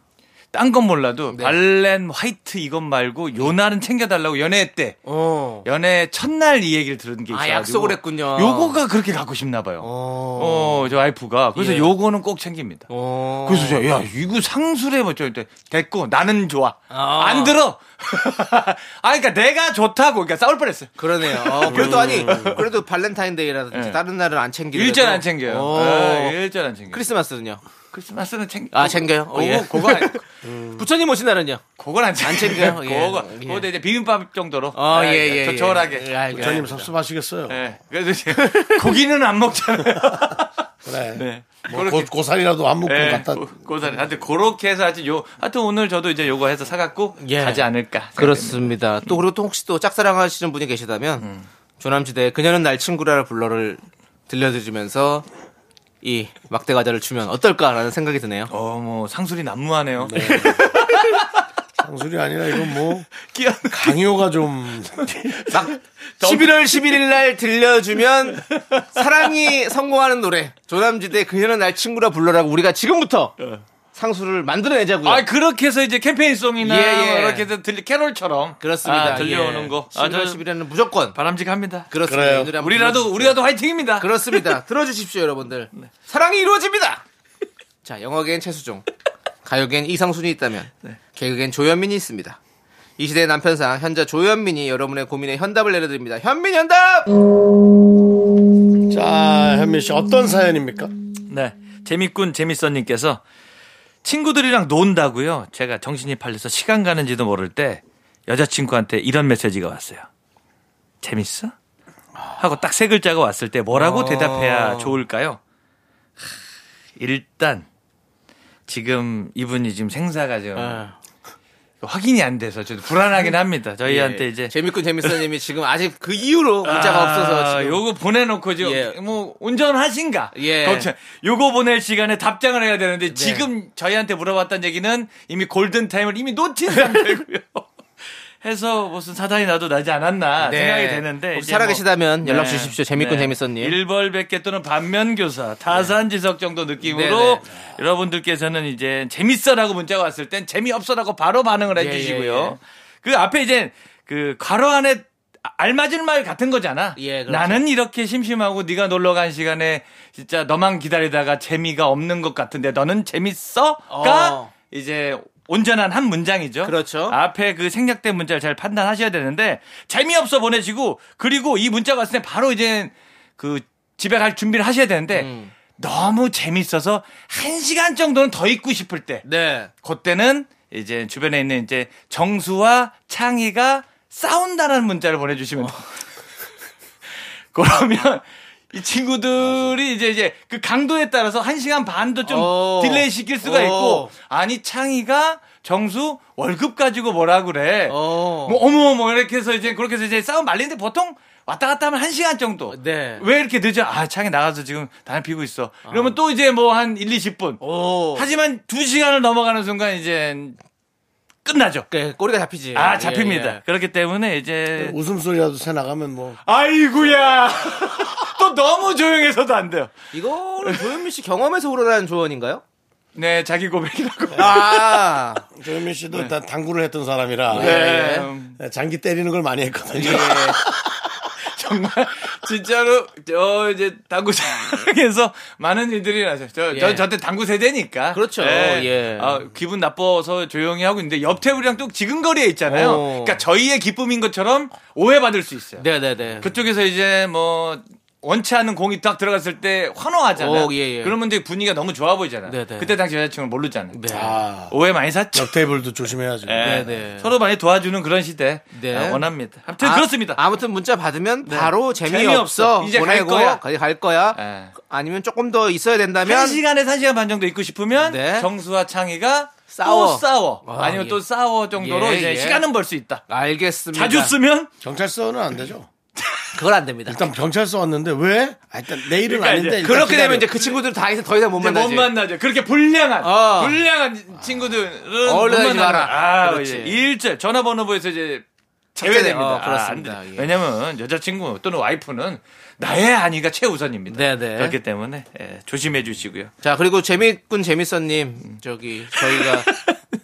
[SPEAKER 11] 딴 건 몰라도 발렌 화이트 이것 말고 요 날은 챙겨달라고 연애회 때
[SPEAKER 2] 어.
[SPEAKER 11] 연애 첫날 이 얘기를 들은 게
[SPEAKER 2] 아,
[SPEAKER 11] 있어요.
[SPEAKER 2] 약속을 했군요.
[SPEAKER 11] 요거가 그렇게 갖고 싶나 봐요. 어, 저 와이프가 그래서
[SPEAKER 2] 예.
[SPEAKER 11] 요거는 꼭 챙깁니다.
[SPEAKER 2] 어.
[SPEAKER 11] 그래서 제가 야 이거 상술에 뭐쩔때 됐고 나는 좋아
[SPEAKER 2] 아.
[SPEAKER 11] 안 들어 아 그러니까 내가 좋다고 그러니까 싸울 뻔했어요
[SPEAKER 2] 그러네요. 어, 그래도 아니, 그래도 발렌타인데이라든지
[SPEAKER 11] 예.
[SPEAKER 2] 다른 날은 안 어. 챙기고.
[SPEAKER 11] 음. 일절 안 챙겨요
[SPEAKER 2] 오.
[SPEAKER 11] 네, 일절 안 챙겨요
[SPEAKER 2] 크리스마스는요?
[SPEAKER 11] 크리스마스는 챙겨
[SPEAKER 2] 아, 챙겨요? 어, 예.
[SPEAKER 11] 그거 그거 안-
[SPEAKER 2] 부처님 오신 날은요?
[SPEAKER 11] 그건 안
[SPEAKER 2] 안
[SPEAKER 11] 챙겨요
[SPEAKER 2] 챙겨요? 예.
[SPEAKER 11] 그거
[SPEAKER 2] 예.
[SPEAKER 11] 그거 이제 비빔밥 정도로
[SPEAKER 2] 어, 예, 예. 예.
[SPEAKER 11] 저절하게
[SPEAKER 2] 예, 알겠습니다.
[SPEAKER 1] 조현님 섭섭하시겠어요.
[SPEAKER 11] 예. 그래서 이제 고기는 안 먹잖아요
[SPEAKER 1] 그래.
[SPEAKER 11] 네.
[SPEAKER 1] 뭐 고, 고사리라도 안 먹고
[SPEAKER 11] 예,
[SPEAKER 1] 갖다.
[SPEAKER 11] 고- 고사리. 하여튼, 그렇게 해서 하여튼 요, 하여튼 오늘 저도 이제 요거 해서 사갖고
[SPEAKER 2] 예.
[SPEAKER 11] 가지 않을까.
[SPEAKER 2] 그렇습니다. 또 그리고 또 혹시 또 짝사랑 하시는 분이 계시다면,
[SPEAKER 11] 음.
[SPEAKER 2] 조남지대 그녀는 날 친구라를 불러를 들려드리면서, 이 막대 과자를 주면 어떨까라는 생각이 드네요.
[SPEAKER 11] 어, 뭐, 상술이 난무하네요.
[SPEAKER 1] 상술이 아니라 이건 뭐
[SPEAKER 11] 끼어-
[SPEAKER 1] 강요가 좀
[SPEAKER 2] 막 11월 11일 날 들려주면 사랑이 성공하는 노래 조남지대 그녀는 날 친구라 불러라고 우리가 지금부터 상수를 만들어내자고요.
[SPEAKER 11] 예. 아, 그렇게 해서 이제 캠페인송이나 뭐
[SPEAKER 2] 예, 예.
[SPEAKER 11] 이렇게 해서 들리, 캐롤처럼.
[SPEAKER 2] 그렇습니다.
[SPEAKER 11] 아, 들려오는 거. 아,
[SPEAKER 2] 11월
[SPEAKER 11] 저는
[SPEAKER 2] 11일에는 무조건
[SPEAKER 11] 바람직합니다. 음, 네.
[SPEAKER 2] 그렇습니다.
[SPEAKER 1] 그래요.
[SPEAKER 2] 이 노래 한번
[SPEAKER 11] 우리라도,
[SPEAKER 2] 불러주십시오.
[SPEAKER 11] 우리라도 네. 화이팅입니다.
[SPEAKER 2] 그렇습니다. 들어주십시오 여러분들. 사랑이 이루어집니다. 자 영화계엔 최수종, 가요계엔 이상순이 있다면
[SPEAKER 11] 네.
[SPEAKER 2] 개그계엔 조현민이 있습니다. 이 시대의 남편상 현자 조현민이 여러분의 고민에 현답을 내려드립니다. 현민 현답.
[SPEAKER 11] 음,
[SPEAKER 1] 자,
[SPEAKER 2] 음.
[SPEAKER 1] 현민 씨 어떤 사연입니까?
[SPEAKER 11] 네. 재밌군, 재밌어님께서 친구들이랑 논다고요. 제가 정신이 팔려서 시간 가는지도 모를 때 여자친구한테 이런 메시지가 왔어요. 재밌어? 하고 딱 세 글자가 왔을 때 뭐라고 대답해야 좋을까요? 하, 일단 지금 이분이 지금 생사가 지금 확인이 안 돼서 저도 불안하긴 합니다.
[SPEAKER 2] 예,
[SPEAKER 11] 저희한테 이제
[SPEAKER 2] 재밌군 재밌어님이 지금 아직 그 이후로 문자가 없어서 지금
[SPEAKER 11] 아, 요거 보내놓고 지금
[SPEAKER 2] 예.
[SPEAKER 11] 뭐 운전하신가?
[SPEAKER 2] 예. 네.
[SPEAKER 11] 걱정. 요거 보낼 시간에 답장을 해야 되는데 지금 저희한테 물어봤다는 얘기는 이미 골든 타임을 이미 놓친 상태고요. 해서 무슨 사단이 나도 나지 않았나
[SPEAKER 2] 네.
[SPEAKER 11] 생각이 되는데
[SPEAKER 2] 혹시
[SPEAKER 11] 이제 뭐 네.
[SPEAKER 2] 살아계시다면 연락 주십시오. 재밌군 재밌었님.
[SPEAKER 11] 일벌백계 또는 반면교사 타산지석 정도 느낌으로
[SPEAKER 2] 네,
[SPEAKER 11] 여러분들께서는 이제 재밌어라고 문자가 왔을 땐 재미없어라고 바로 반응을
[SPEAKER 2] 예,
[SPEAKER 11] 해주시고요.
[SPEAKER 2] 예, 예.
[SPEAKER 11] 그 앞에 이제 그 괄호 안에 알맞은 말 같은 거잖아.
[SPEAKER 2] 예, 그렇죠.
[SPEAKER 11] 나는 이렇게 심심하고 네가 놀러 간 시간에 진짜 너만 기다리다가 재미가 없는 것 같은데 너는 재밌어?가
[SPEAKER 2] 어.
[SPEAKER 11] 이제 온전한 한 문장이죠.
[SPEAKER 2] 그렇죠.
[SPEAKER 11] 앞에 그 생략된 문자를 잘 판단하셔야 되는데 재미없어
[SPEAKER 2] 음.
[SPEAKER 11] 보내시고 그리고 이 문자가 왔을 때 바로 이제 그 집에 갈 준비를 하셔야 되는데 너무 재밌어서 한 시간 정도는 더 있고 싶을 때.
[SPEAKER 2] 네.
[SPEAKER 11] 그때는 이제 주변에 있는 이제 정수와 창희가 싸운다라는 문자를
[SPEAKER 2] 어.
[SPEAKER 11] 보내주시면 돼요. 그러면 이 친구들이 이제 이제 그 강도에 따라서 한 시간 반도 좀
[SPEAKER 2] 어.
[SPEAKER 11] 딜레이 시킬 수가
[SPEAKER 2] 어.
[SPEAKER 11] 있고 아니 창희가 정수 월급 가지고 뭐라 그래.
[SPEAKER 2] 어.
[SPEAKER 11] 뭐 어머 어머 이렇게 해서 이제 그렇게 해서 이제 싸움 말리는데 보통 왔다 갔다 하면 한 시간 정도.
[SPEAKER 2] 네.
[SPEAKER 11] 왜 이렇게 늦어? 아, 창이 나가서 지금 담배 피고 있어.
[SPEAKER 2] 아.
[SPEAKER 11] 이러면 또 이제 뭐 한 1, 20분. 하지만 두시간을 넘어가는 순간 이제 끝나죠.
[SPEAKER 2] 꼬리가 잡히지.
[SPEAKER 11] 아,
[SPEAKER 2] 예,
[SPEAKER 11] 잡힙니다.
[SPEAKER 2] 예.
[SPEAKER 11] 그렇기 때문에 이제
[SPEAKER 1] 웃음소리라도 새 나가면 뭐.
[SPEAKER 11] 아이구야. 또 너무 조용해서도 안 돼요.
[SPEAKER 2] 이거는 조현민 씨 경험에서 우러나는 조언인가요?
[SPEAKER 11] 네, 자기 고백이라고.
[SPEAKER 2] 아.
[SPEAKER 1] 조현민 씨도 일단 당구를 했던 사람이라 예, 네, 장기 때리는 걸 많이
[SPEAKER 2] 네.
[SPEAKER 1] 했거든요.
[SPEAKER 11] 정말 진짜로 저 이제 당구장에서 많은 일들이 나죠. 저,
[SPEAKER 2] 예.
[SPEAKER 11] 저 저때 당구 세대니까.
[SPEAKER 2] 그렇죠. 예.
[SPEAKER 11] 아, 기분 나빠서 조용히 하고 있는데 옆 테이블이랑 또 지근 거리에 있잖아요.
[SPEAKER 2] 오.
[SPEAKER 11] 그러니까 저희의 기쁨인 것처럼 오해받을 수 있어요.
[SPEAKER 2] 네네네.
[SPEAKER 11] 그쪽에서 이제 뭐 원치 않는 공이 딱 들어갔을 때 환호하잖아요.
[SPEAKER 2] 오, 예, 예.
[SPEAKER 11] 그러면 이제 분위기가 너무 좋아 보이잖아요.
[SPEAKER 2] 네, 네.
[SPEAKER 11] 그때 당시 여자친구를 모르잖아요.
[SPEAKER 1] 아,
[SPEAKER 11] 오해 많이 샀죠.
[SPEAKER 1] 옆 테이블도 조심해야죠.
[SPEAKER 11] 예.
[SPEAKER 2] 네, 네.
[SPEAKER 11] 서로 많이 도와주는 그런 시대
[SPEAKER 2] 네.
[SPEAKER 11] 아, 원합니다. 아무튼 그렇습니다. 네.
[SPEAKER 2] 아무튼 문자 받으면 바로 재미없어.
[SPEAKER 11] 재미없어. 이제 갈
[SPEAKER 2] 보내고
[SPEAKER 11] 거야.
[SPEAKER 2] 가- 갈 거야.
[SPEAKER 11] 예.
[SPEAKER 2] 아니면 조금 더 있어야 된다면
[SPEAKER 11] 한 시간에 한 시간 반 정도 있고 싶으면
[SPEAKER 2] 네.
[SPEAKER 11] 정수와 창희가
[SPEAKER 2] 싸워.
[SPEAKER 11] 또 싸워
[SPEAKER 2] 아,
[SPEAKER 11] 아니면
[SPEAKER 2] 예.
[SPEAKER 11] 또 싸워 정도로
[SPEAKER 2] 예,
[SPEAKER 11] 이제
[SPEAKER 2] 예. 그러니까.
[SPEAKER 11] 시간은 벌 수 있다.
[SPEAKER 2] 알겠습니다.
[SPEAKER 11] 자주 쓰면
[SPEAKER 1] 경찰서는 안 되죠.
[SPEAKER 2] 그건 안 됩니다.
[SPEAKER 11] 뭐
[SPEAKER 1] 일단 경찰서 왔는데 왜? 아, 일단 내일은 아닌데 일단
[SPEAKER 2] 그러니까 그렇게 되면
[SPEAKER 1] 기다려.
[SPEAKER 2] 이제 그 친구들 다 이제 더 이상 못
[SPEAKER 11] 이제
[SPEAKER 2] 만나지.
[SPEAKER 11] 못 만나죠. 아. 그렇게 불량한
[SPEAKER 2] 어.
[SPEAKER 11] 불량한 친구들은
[SPEAKER 2] 어울려
[SPEAKER 11] 못
[SPEAKER 2] 다니지
[SPEAKER 11] 만나는
[SPEAKER 2] 마라.
[SPEAKER 11] 아,
[SPEAKER 2] 그렇지.
[SPEAKER 11] 예. 일절 전화번호부에서 이제
[SPEAKER 2] 어,
[SPEAKER 11] 제외됩니다.
[SPEAKER 2] 그렇습니다.
[SPEAKER 11] 아, 안 돼.
[SPEAKER 2] 예.
[SPEAKER 11] 왜냐면 여자친구 또는 와이프는 나의 아니가 최우선입니다.
[SPEAKER 2] 네네.
[SPEAKER 11] 그렇기 때문에 예, 조심해 주시고요.
[SPEAKER 2] 자 그리고 재밌군 재밌어님 저기 저희가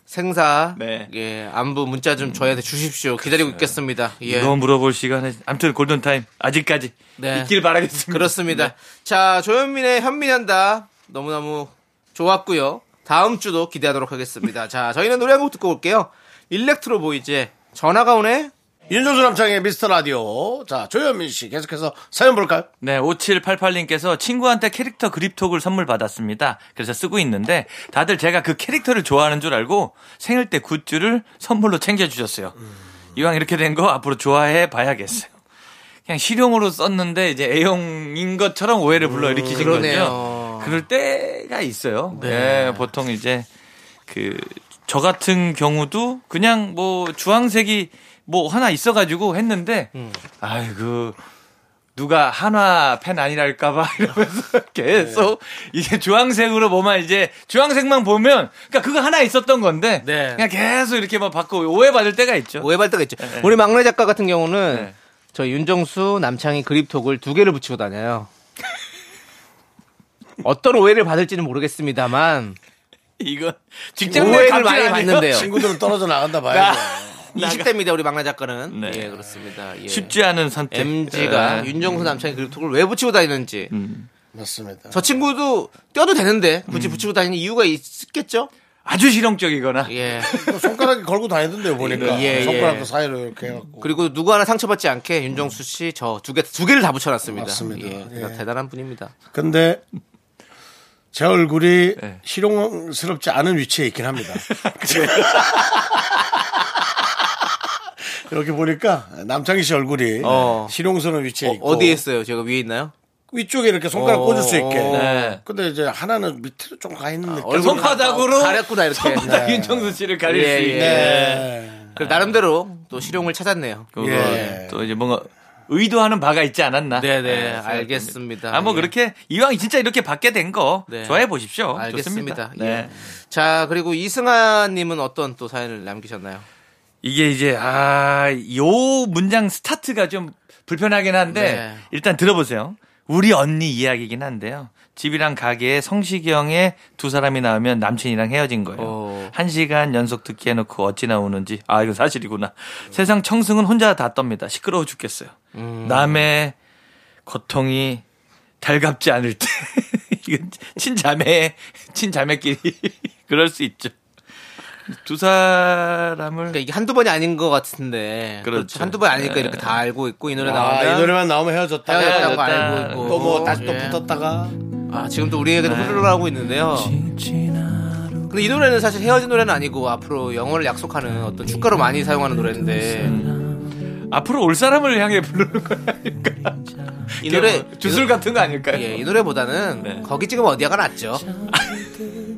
[SPEAKER 2] 생사
[SPEAKER 11] 네.
[SPEAKER 2] 예 안부 문자 좀 저희한테 주십시오. 기다리고 있겠습니다. 예.
[SPEAKER 11] 이거 물어볼 시간에 아무튼 골든 타임 아직까지
[SPEAKER 2] 네.
[SPEAKER 11] 있길 바라겠습니다.
[SPEAKER 2] 그렇습니다.
[SPEAKER 1] 네.
[SPEAKER 2] 자 조현민의 현민한다 너무너무 좋았고요. 다음 주도 기대하도록 하겠습니다. 자 저희는 노래 한 곡 듣고 올게요. 일렉트로 보이즈의 전화가 오네.
[SPEAKER 1] 윤정수 남창의 미스터 라디오. 자, 조현민 씨 계속해서 사연 볼까요?
[SPEAKER 11] 네, 5788님께서 친구한테 캐릭터 그립톡을 선물 받았습니다. 그래서 쓰고 있는데 다들 제가 그 캐릭터를 좋아하는 줄 알고 생일 때 굿즈를 선물로 챙겨주셨어요.
[SPEAKER 2] 음.
[SPEAKER 11] 이왕 이렇게 된 거 앞으로 좋아해 봐야겠어요. 그냥 실용으로 썼는데 이제 애용인 것처럼 오해를 불러일으키신
[SPEAKER 2] 음, 그러네요.
[SPEAKER 11] 거죠. 그럴 때가 있어요. 네, 보통 이제 그 저 같은 경우도 그냥 뭐 주황색이 뭐 하나 있어가지고 했는데
[SPEAKER 2] 음.
[SPEAKER 11] 아이고 누가 한화 팬 아니랄까봐 이러면서 계속
[SPEAKER 2] 네.
[SPEAKER 11] 이게 주황색으로 뭐만 이제 주황색만 보면 그러니까 그거 하나 있었던 건데
[SPEAKER 2] 네.
[SPEAKER 11] 그냥 계속 이렇게 막 받고 오해받을 때가 있죠.
[SPEAKER 2] 오해받을 때가 있죠.
[SPEAKER 11] 네.
[SPEAKER 2] 우리 막내 작가 같은 경우는
[SPEAKER 11] 네.
[SPEAKER 2] 저 윤정수 남창희 그립톡을 두 개를 붙이고 다녀요. 어떤 오해를 받을지는 모르겠습니다만
[SPEAKER 11] 이건 직장 내
[SPEAKER 2] 오해를
[SPEAKER 11] 갑질
[SPEAKER 2] 많이
[SPEAKER 11] 아니에요?
[SPEAKER 2] 받는데요.
[SPEAKER 1] 친구들은 떨어져 나간다 봐야죠.
[SPEAKER 2] 아, 20대입니다 우리 막내 작가는.
[SPEAKER 11] 네.
[SPEAKER 2] 예 그렇습니다. 예.
[SPEAKER 11] 쉽지 않은 선택.
[SPEAKER 2] MG가
[SPEAKER 11] 예.
[SPEAKER 2] 윤정수 남창희 그립톡을 왜 붙이고 다니는지
[SPEAKER 11] 음.
[SPEAKER 1] 맞습니다.
[SPEAKER 2] 저 친구도 껴도 되는데
[SPEAKER 11] 음.
[SPEAKER 2] 굳이 붙이고 다니는 이유가 있겠죠?
[SPEAKER 11] 아주 실용적이거나
[SPEAKER 2] 예.
[SPEAKER 1] 뭐 손가락에 걸고 다니던데요, 보니까.
[SPEAKER 2] 예, 예.
[SPEAKER 1] 손가락도 사이로 이렇게 해갖고.
[SPEAKER 2] 그리고 누구 하나 상처받지 않게 윤정수 씨 저 두 개 두 개를 다 붙여놨습니다.
[SPEAKER 1] 맞습니다.
[SPEAKER 2] 예, 그러니까
[SPEAKER 1] 예.
[SPEAKER 2] 대단한 분입니다.
[SPEAKER 1] 근데 제 얼굴이
[SPEAKER 11] 네.
[SPEAKER 1] 실용스럽지 않은 위치에 있긴 합니다.
[SPEAKER 2] 네.
[SPEAKER 1] 이렇게 보니까 남창희 씨 얼굴이
[SPEAKER 2] 어.
[SPEAKER 1] 실용스러운 위치에 있고
[SPEAKER 2] 어디에 있어요? 어, 제가 위에 있나요?
[SPEAKER 1] 위쪽에 이렇게 손가락 꽂을 수 있게.
[SPEAKER 11] 네.
[SPEAKER 1] 근데 이제 하나는 밑으로 좀 가
[SPEAKER 2] 아,
[SPEAKER 1] 있는 느낌.
[SPEAKER 11] 손바닥으로
[SPEAKER 2] 가렸구나 이렇게. 네.
[SPEAKER 11] 손바닥 윤정수 씨를
[SPEAKER 2] 예,
[SPEAKER 11] 가릴 수
[SPEAKER 2] 예.
[SPEAKER 11] 있는
[SPEAKER 1] 네.
[SPEAKER 2] 그리고 나름대로 또 실용을 찾았네요.
[SPEAKER 11] 그거
[SPEAKER 1] 예.
[SPEAKER 11] 또 이제 뭔가 의도하는 바가 있지 않았나?
[SPEAKER 2] 네네
[SPEAKER 11] 생각됩니다.
[SPEAKER 2] 알겠습니다.
[SPEAKER 11] 아, 뭐
[SPEAKER 2] 예.
[SPEAKER 11] 그렇게 이왕 진짜 이렇게 받게 된 거
[SPEAKER 2] 네.
[SPEAKER 11] 좋아해 보십시오.
[SPEAKER 2] 알겠습니다.
[SPEAKER 11] 어, 좋습니다.
[SPEAKER 2] 예.
[SPEAKER 11] 네.
[SPEAKER 2] 자 그리고 이승아님은 어떤 또 사연을 남기셨나요?
[SPEAKER 11] 이게 이제 아, 요 문장 스타트가 좀 불편하긴 한데
[SPEAKER 2] 네.
[SPEAKER 11] 일단 들어보세요. 우리 언니 이야기긴 한데요. 집이랑 가게에 성식이 형의 두 사람이 나오면 남친이랑 헤어진 거예요.
[SPEAKER 2] 오.
[SPEAKER 11] 한 시간 연속 듣기 해놓고 어찌 나오는지. 아, 이건 사실이구나. 세상 청승은 혼자 다 떱니다. 시끄러워 죽겠어요.
[SPEAKER 2] 음.
[SPEAKER 11] 남의 고통이 달갑지 않을 때. 이건 친자매, 친자매끼리. 그럴 수 있죠. 두 사람을
[SPEAKER 2] 그러니까 이게 한두 번이 아닌 것 같은데
[SPEAKER 11] 그렇죠.
[SPEAKER 2] 또 한두 번이 아니니까
[SPEAKER 11] 예.
[SPEAKER 2] 이렇게 다 알고 있고 이 노래
[SPEAKER 1] 아,
[SPEAKER 2] 나오면
[SPEAKER 1] 이 노래만 나오면 헤어졌다.
[SPEAKER 2] 헤어졌다고
[SPEAKER 11] 헤어졌다.
[SPEAKER 2] 알고 있고
[SPEAKER 1] 또 뭐 다시 또 붙었다가
[SPEAKER 2] 아, 지금도 우리에게도 흐르러하고 있는데요. 근데 이 노래는 사실 헤어진 노래는 아니고 앞으로 영혼을 약속하는 어떤 축가로 많이 사용하는 노래인데
[SPEAKER 11] 앞으로 올 사람을 향해 부르는 거 아닐까?
[SPEAKER 2] 이 노래
[SPEAKER 11] 주술 같은 거 아닐까요?
[SPEAKER 2] 예, 이 노래보다는 거기 지금 어디야가 낫죠.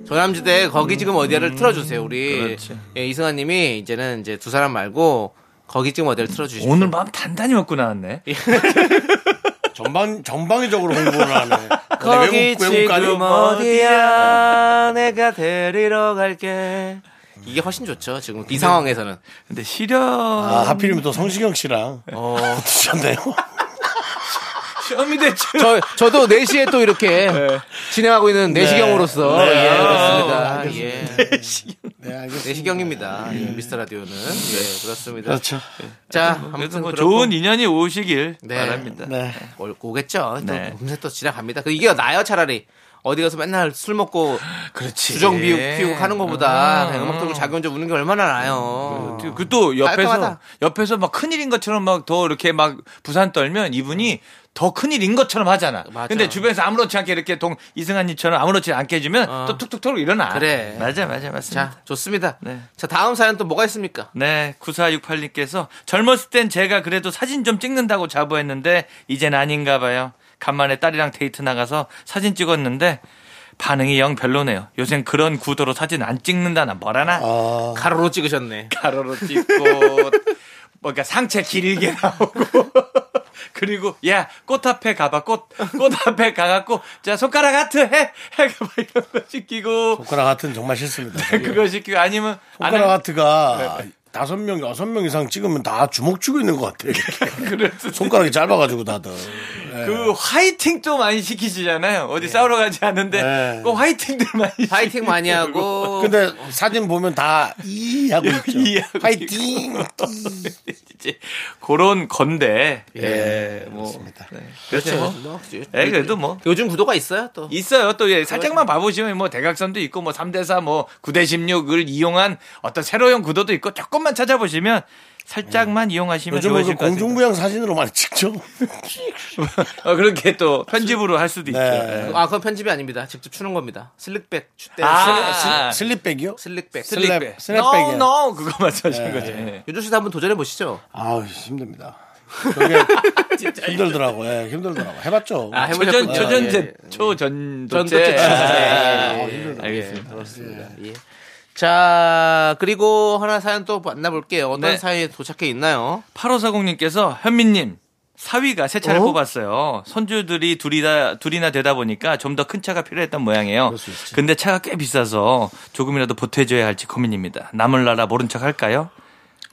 [SPEAKER 2] 조남지대 거기 지금 어디야를 틀어주세요. 우리 예, 이승환님이 이제는 이제 두 사람 말고 거기 지금 어디를 틀어주십시오.
[SPEAKER 11] 오늘 마음 단단히 먹고 나왔네.
[SPEAKER 1] 전방 전방위적으로 홍보를 하네.
[SPEAKER 2] 거기 지금 어디야 내가 데리러 갈게 이게 훨씬 좋죠 지금 이 상황에서는
[SPEAKER 11] 근데 시련
[SPEAKER 1] 아, 하필이면 또 성시경 씨랑
[SPEAKER 2] 어
[SPEAKER 1] 드셨네요.
[SPEAKER 11] 시험이 됐죠
[SPEAKER 2] 저, 저도 4시에 또 이렇게 진행하고 있는 내시경으로서
[SPEAKER 1] 네.
[SPEAKER 2] 예
[SPEAKER 1] 아,
[SPEAKER 2] 그렇습니다 예
[SPEAKER 1] 네, 알겠습니다.
[SPEAKER 2] 내시경입니다 예, 미스터 라디오는 예 그렇습니다
[SPEAKER 1] 그렇죠.
[SPEAKER 2] 자
[SPEAKER 11] 그래도
[SPEAKER 2] 아무튼
[SPEAKER 11] 뭐
[SPEAKER 2] 그렇고.
[SPEAKER 11] 좋은 인연이 오시길
[SPEAKER 2] 네.
[SPEAKER 11] 바랍니다.
[SPEAKER 1] 네.
[SPEAKER 2] 올- 오겠죠 또
[SPEAKER 11] 네.
[SPEAKER 2] 금세 또 지나갑니다 그 이게 나요 차라리 어디 가서 맨날 술 먹고
[SPEAKER 11] 그렇지.
[SPEAKER 2] 주정 비우 피우고 하는 것보다 그냥 음악 들고 자기 혼자 우는 게 얼마나 나아요
[SPEAKER 11] 그 또 옆에서
[SPEAKER 2] 깔끔하다.
[SPEAKER 11] 옆에서 막 큰일인 것처럼 막 더 이렇게 막 부산 떨면 이분이 더 큰일인 것처럼 하잖아.
[SPEAKER 2] 맞아.
[SPEAKER 11] 근데 주변에서 아무렇지 않게 이렇게 동 이승환님처럼 아무렇지 않게 해주면
[SPEAKER 2] 어.
[SPEAKER 11] 또 툭툭툭 일어나.
[SPEAKER 2] 그래.
[SPEAKER 11] 맞아, 맞아, 맞습니다.
[SPEAKER 2] 자, 좋습니다.
[SPEAKER 11] 네.
[SPEAKER 2] 자, 다음 사연 또 뭐가 있습니까?
[SPEAKER 11] 네, 9468님께서 젊었을 땐 제가 그래도 사진 좀 찍는다고 자부했는데 이젠 아닌가 봐요. 간만에 딸이랑 데이트 나가서 사진 찍었는데 반응이 영 별로네요. 요샌 그런 구도로 사진 안 찍는다나 뭐라나
[SPEAKER 1] 아.
[SPEAKER 2] 가로로 찍으셨네.
[SPEAKER 11] 가로로 찍고 뭔가 상체 길게 나오고 그리고 야 꽃 앞에 가봐 꽃 꽃 앞에 가갖고 자 손가락 하트 해 해가 막 이런 거 시키고
[SPEAKER 1] 손가락 하트는 정말 싫습니다.
[SPEAKER 2] 네, 그렇죠.
[SPEAKER 11] 그거 시키고 아니면 안
[SPEAKER 1] 손가락 하트가
[SPEAKER 11] 네.
[SPEAKER 1] 다섯 명, 여섯 명 이상 찍으면 다 주먹 쥐고 있는 것 같아요. 이렇게. 손가락이 짧아가지고 다들.
[SPEAKER 11] 그 화이팅 좀 많이 시키시잖아요. 어디 싸우러 가지 않는데
[SPEAKER 1] 네.
[SPEAKER 11] 꼭 화이팅들 많이
[SPEAKER 2] 파이팅 많이 하고.
[SPEAKER 1] 근데 사진 보면 다 이 하고 있죠.
[SPEAKER 11] 이 하고
[SPEAKER 1] 화이팅!
[SPEAKER 11] 이제 그런 건데.
[SPEAKER 2] 예,
[SPEAKER 11] 뭐. 네.
[SPEAKER 2] 그렇죠.
[SPEAKER 11] 그렇죠.
[SPEAKER 2] 뭐,
[SPEAKER 11] 예, 그래도 뭐
[SPEAKER 2] 요즘 구도가 있어요, 또.
[SPEAKER 11] 있어요. 또 예, 살짝만 봐보시면 뭐 대각선도 있고 뭐 3대4 뭐 9대16을 이용한 어떤 새로운 구도도 있고 조금만 찾아보시면 살짝만 이용하시면
[SPEAKER 1] 요즘은 그
[SPEAKER 11] 좋으실 것 같아요.
[SPEAKER 1] 공중부양 사진으로 많이 찍죠.
[SPEAKER 11] 어, 그렇게 또 편집으로 할 수도 있죠.
[SPEAKER 1] 네.
[SPEAKER 11] 예.
[SPEAKER 2] 아, 그건 편집이 아닙니다. 직접 추는 겁니다. 슬릭백, 추대.
[SPEAKER 11] 아,
[SPEAKER 1] 슬립백이요?
[SPEAKER 2] 슬릭백. 슬
[SPEAKER 1] 슬랩,
[SPEAKER 11] no,
[SPEAKER 1] 슬랩백이요.
[SPEAKER 11] no 그거 말씀하신 거죠. 예.
[SPEAKER 2] 요조 씨도 한번 도전해 보시죠.
[SPEAKER 1] 아우, 힘듭니다. 그게 힘들더라고. 예, 힘들더라고. 해봤죠.
[SPEAKER 2] 아, 해보셨군요. 예,
[SPEAKER 11] 초전 초전제
[SPEAKER 2] 예.
[SPEAKER 11] 초전도체.
[SPEAKER 2] 전도체
[SPEAKER 11] 아,
[SPEAKER 2] 추대. 예, 예, 예. 알겠습니다. 그렇습니다. 예. 자, 그리고 하나 사연 또 만나볼게요. 어떤
[SPEAKER 11] 네.
[SPEAKER 2] 사연에 도착해 있나요?
[SPEAKER 11] 8540님께서 현민님 사위가 새 차를
[SPEAKER 2] 어?
[SPEAKER 11] 뽑았어요. 손주들이 둘이다 둘이나 되다 보니까 좀 더 큰 차가 필요했던 모양이에요. 근데 차가 꽤 비싸서 조금이라도 보태줘야 할지 고민입니다. 남을 나라 모른 척 할까요?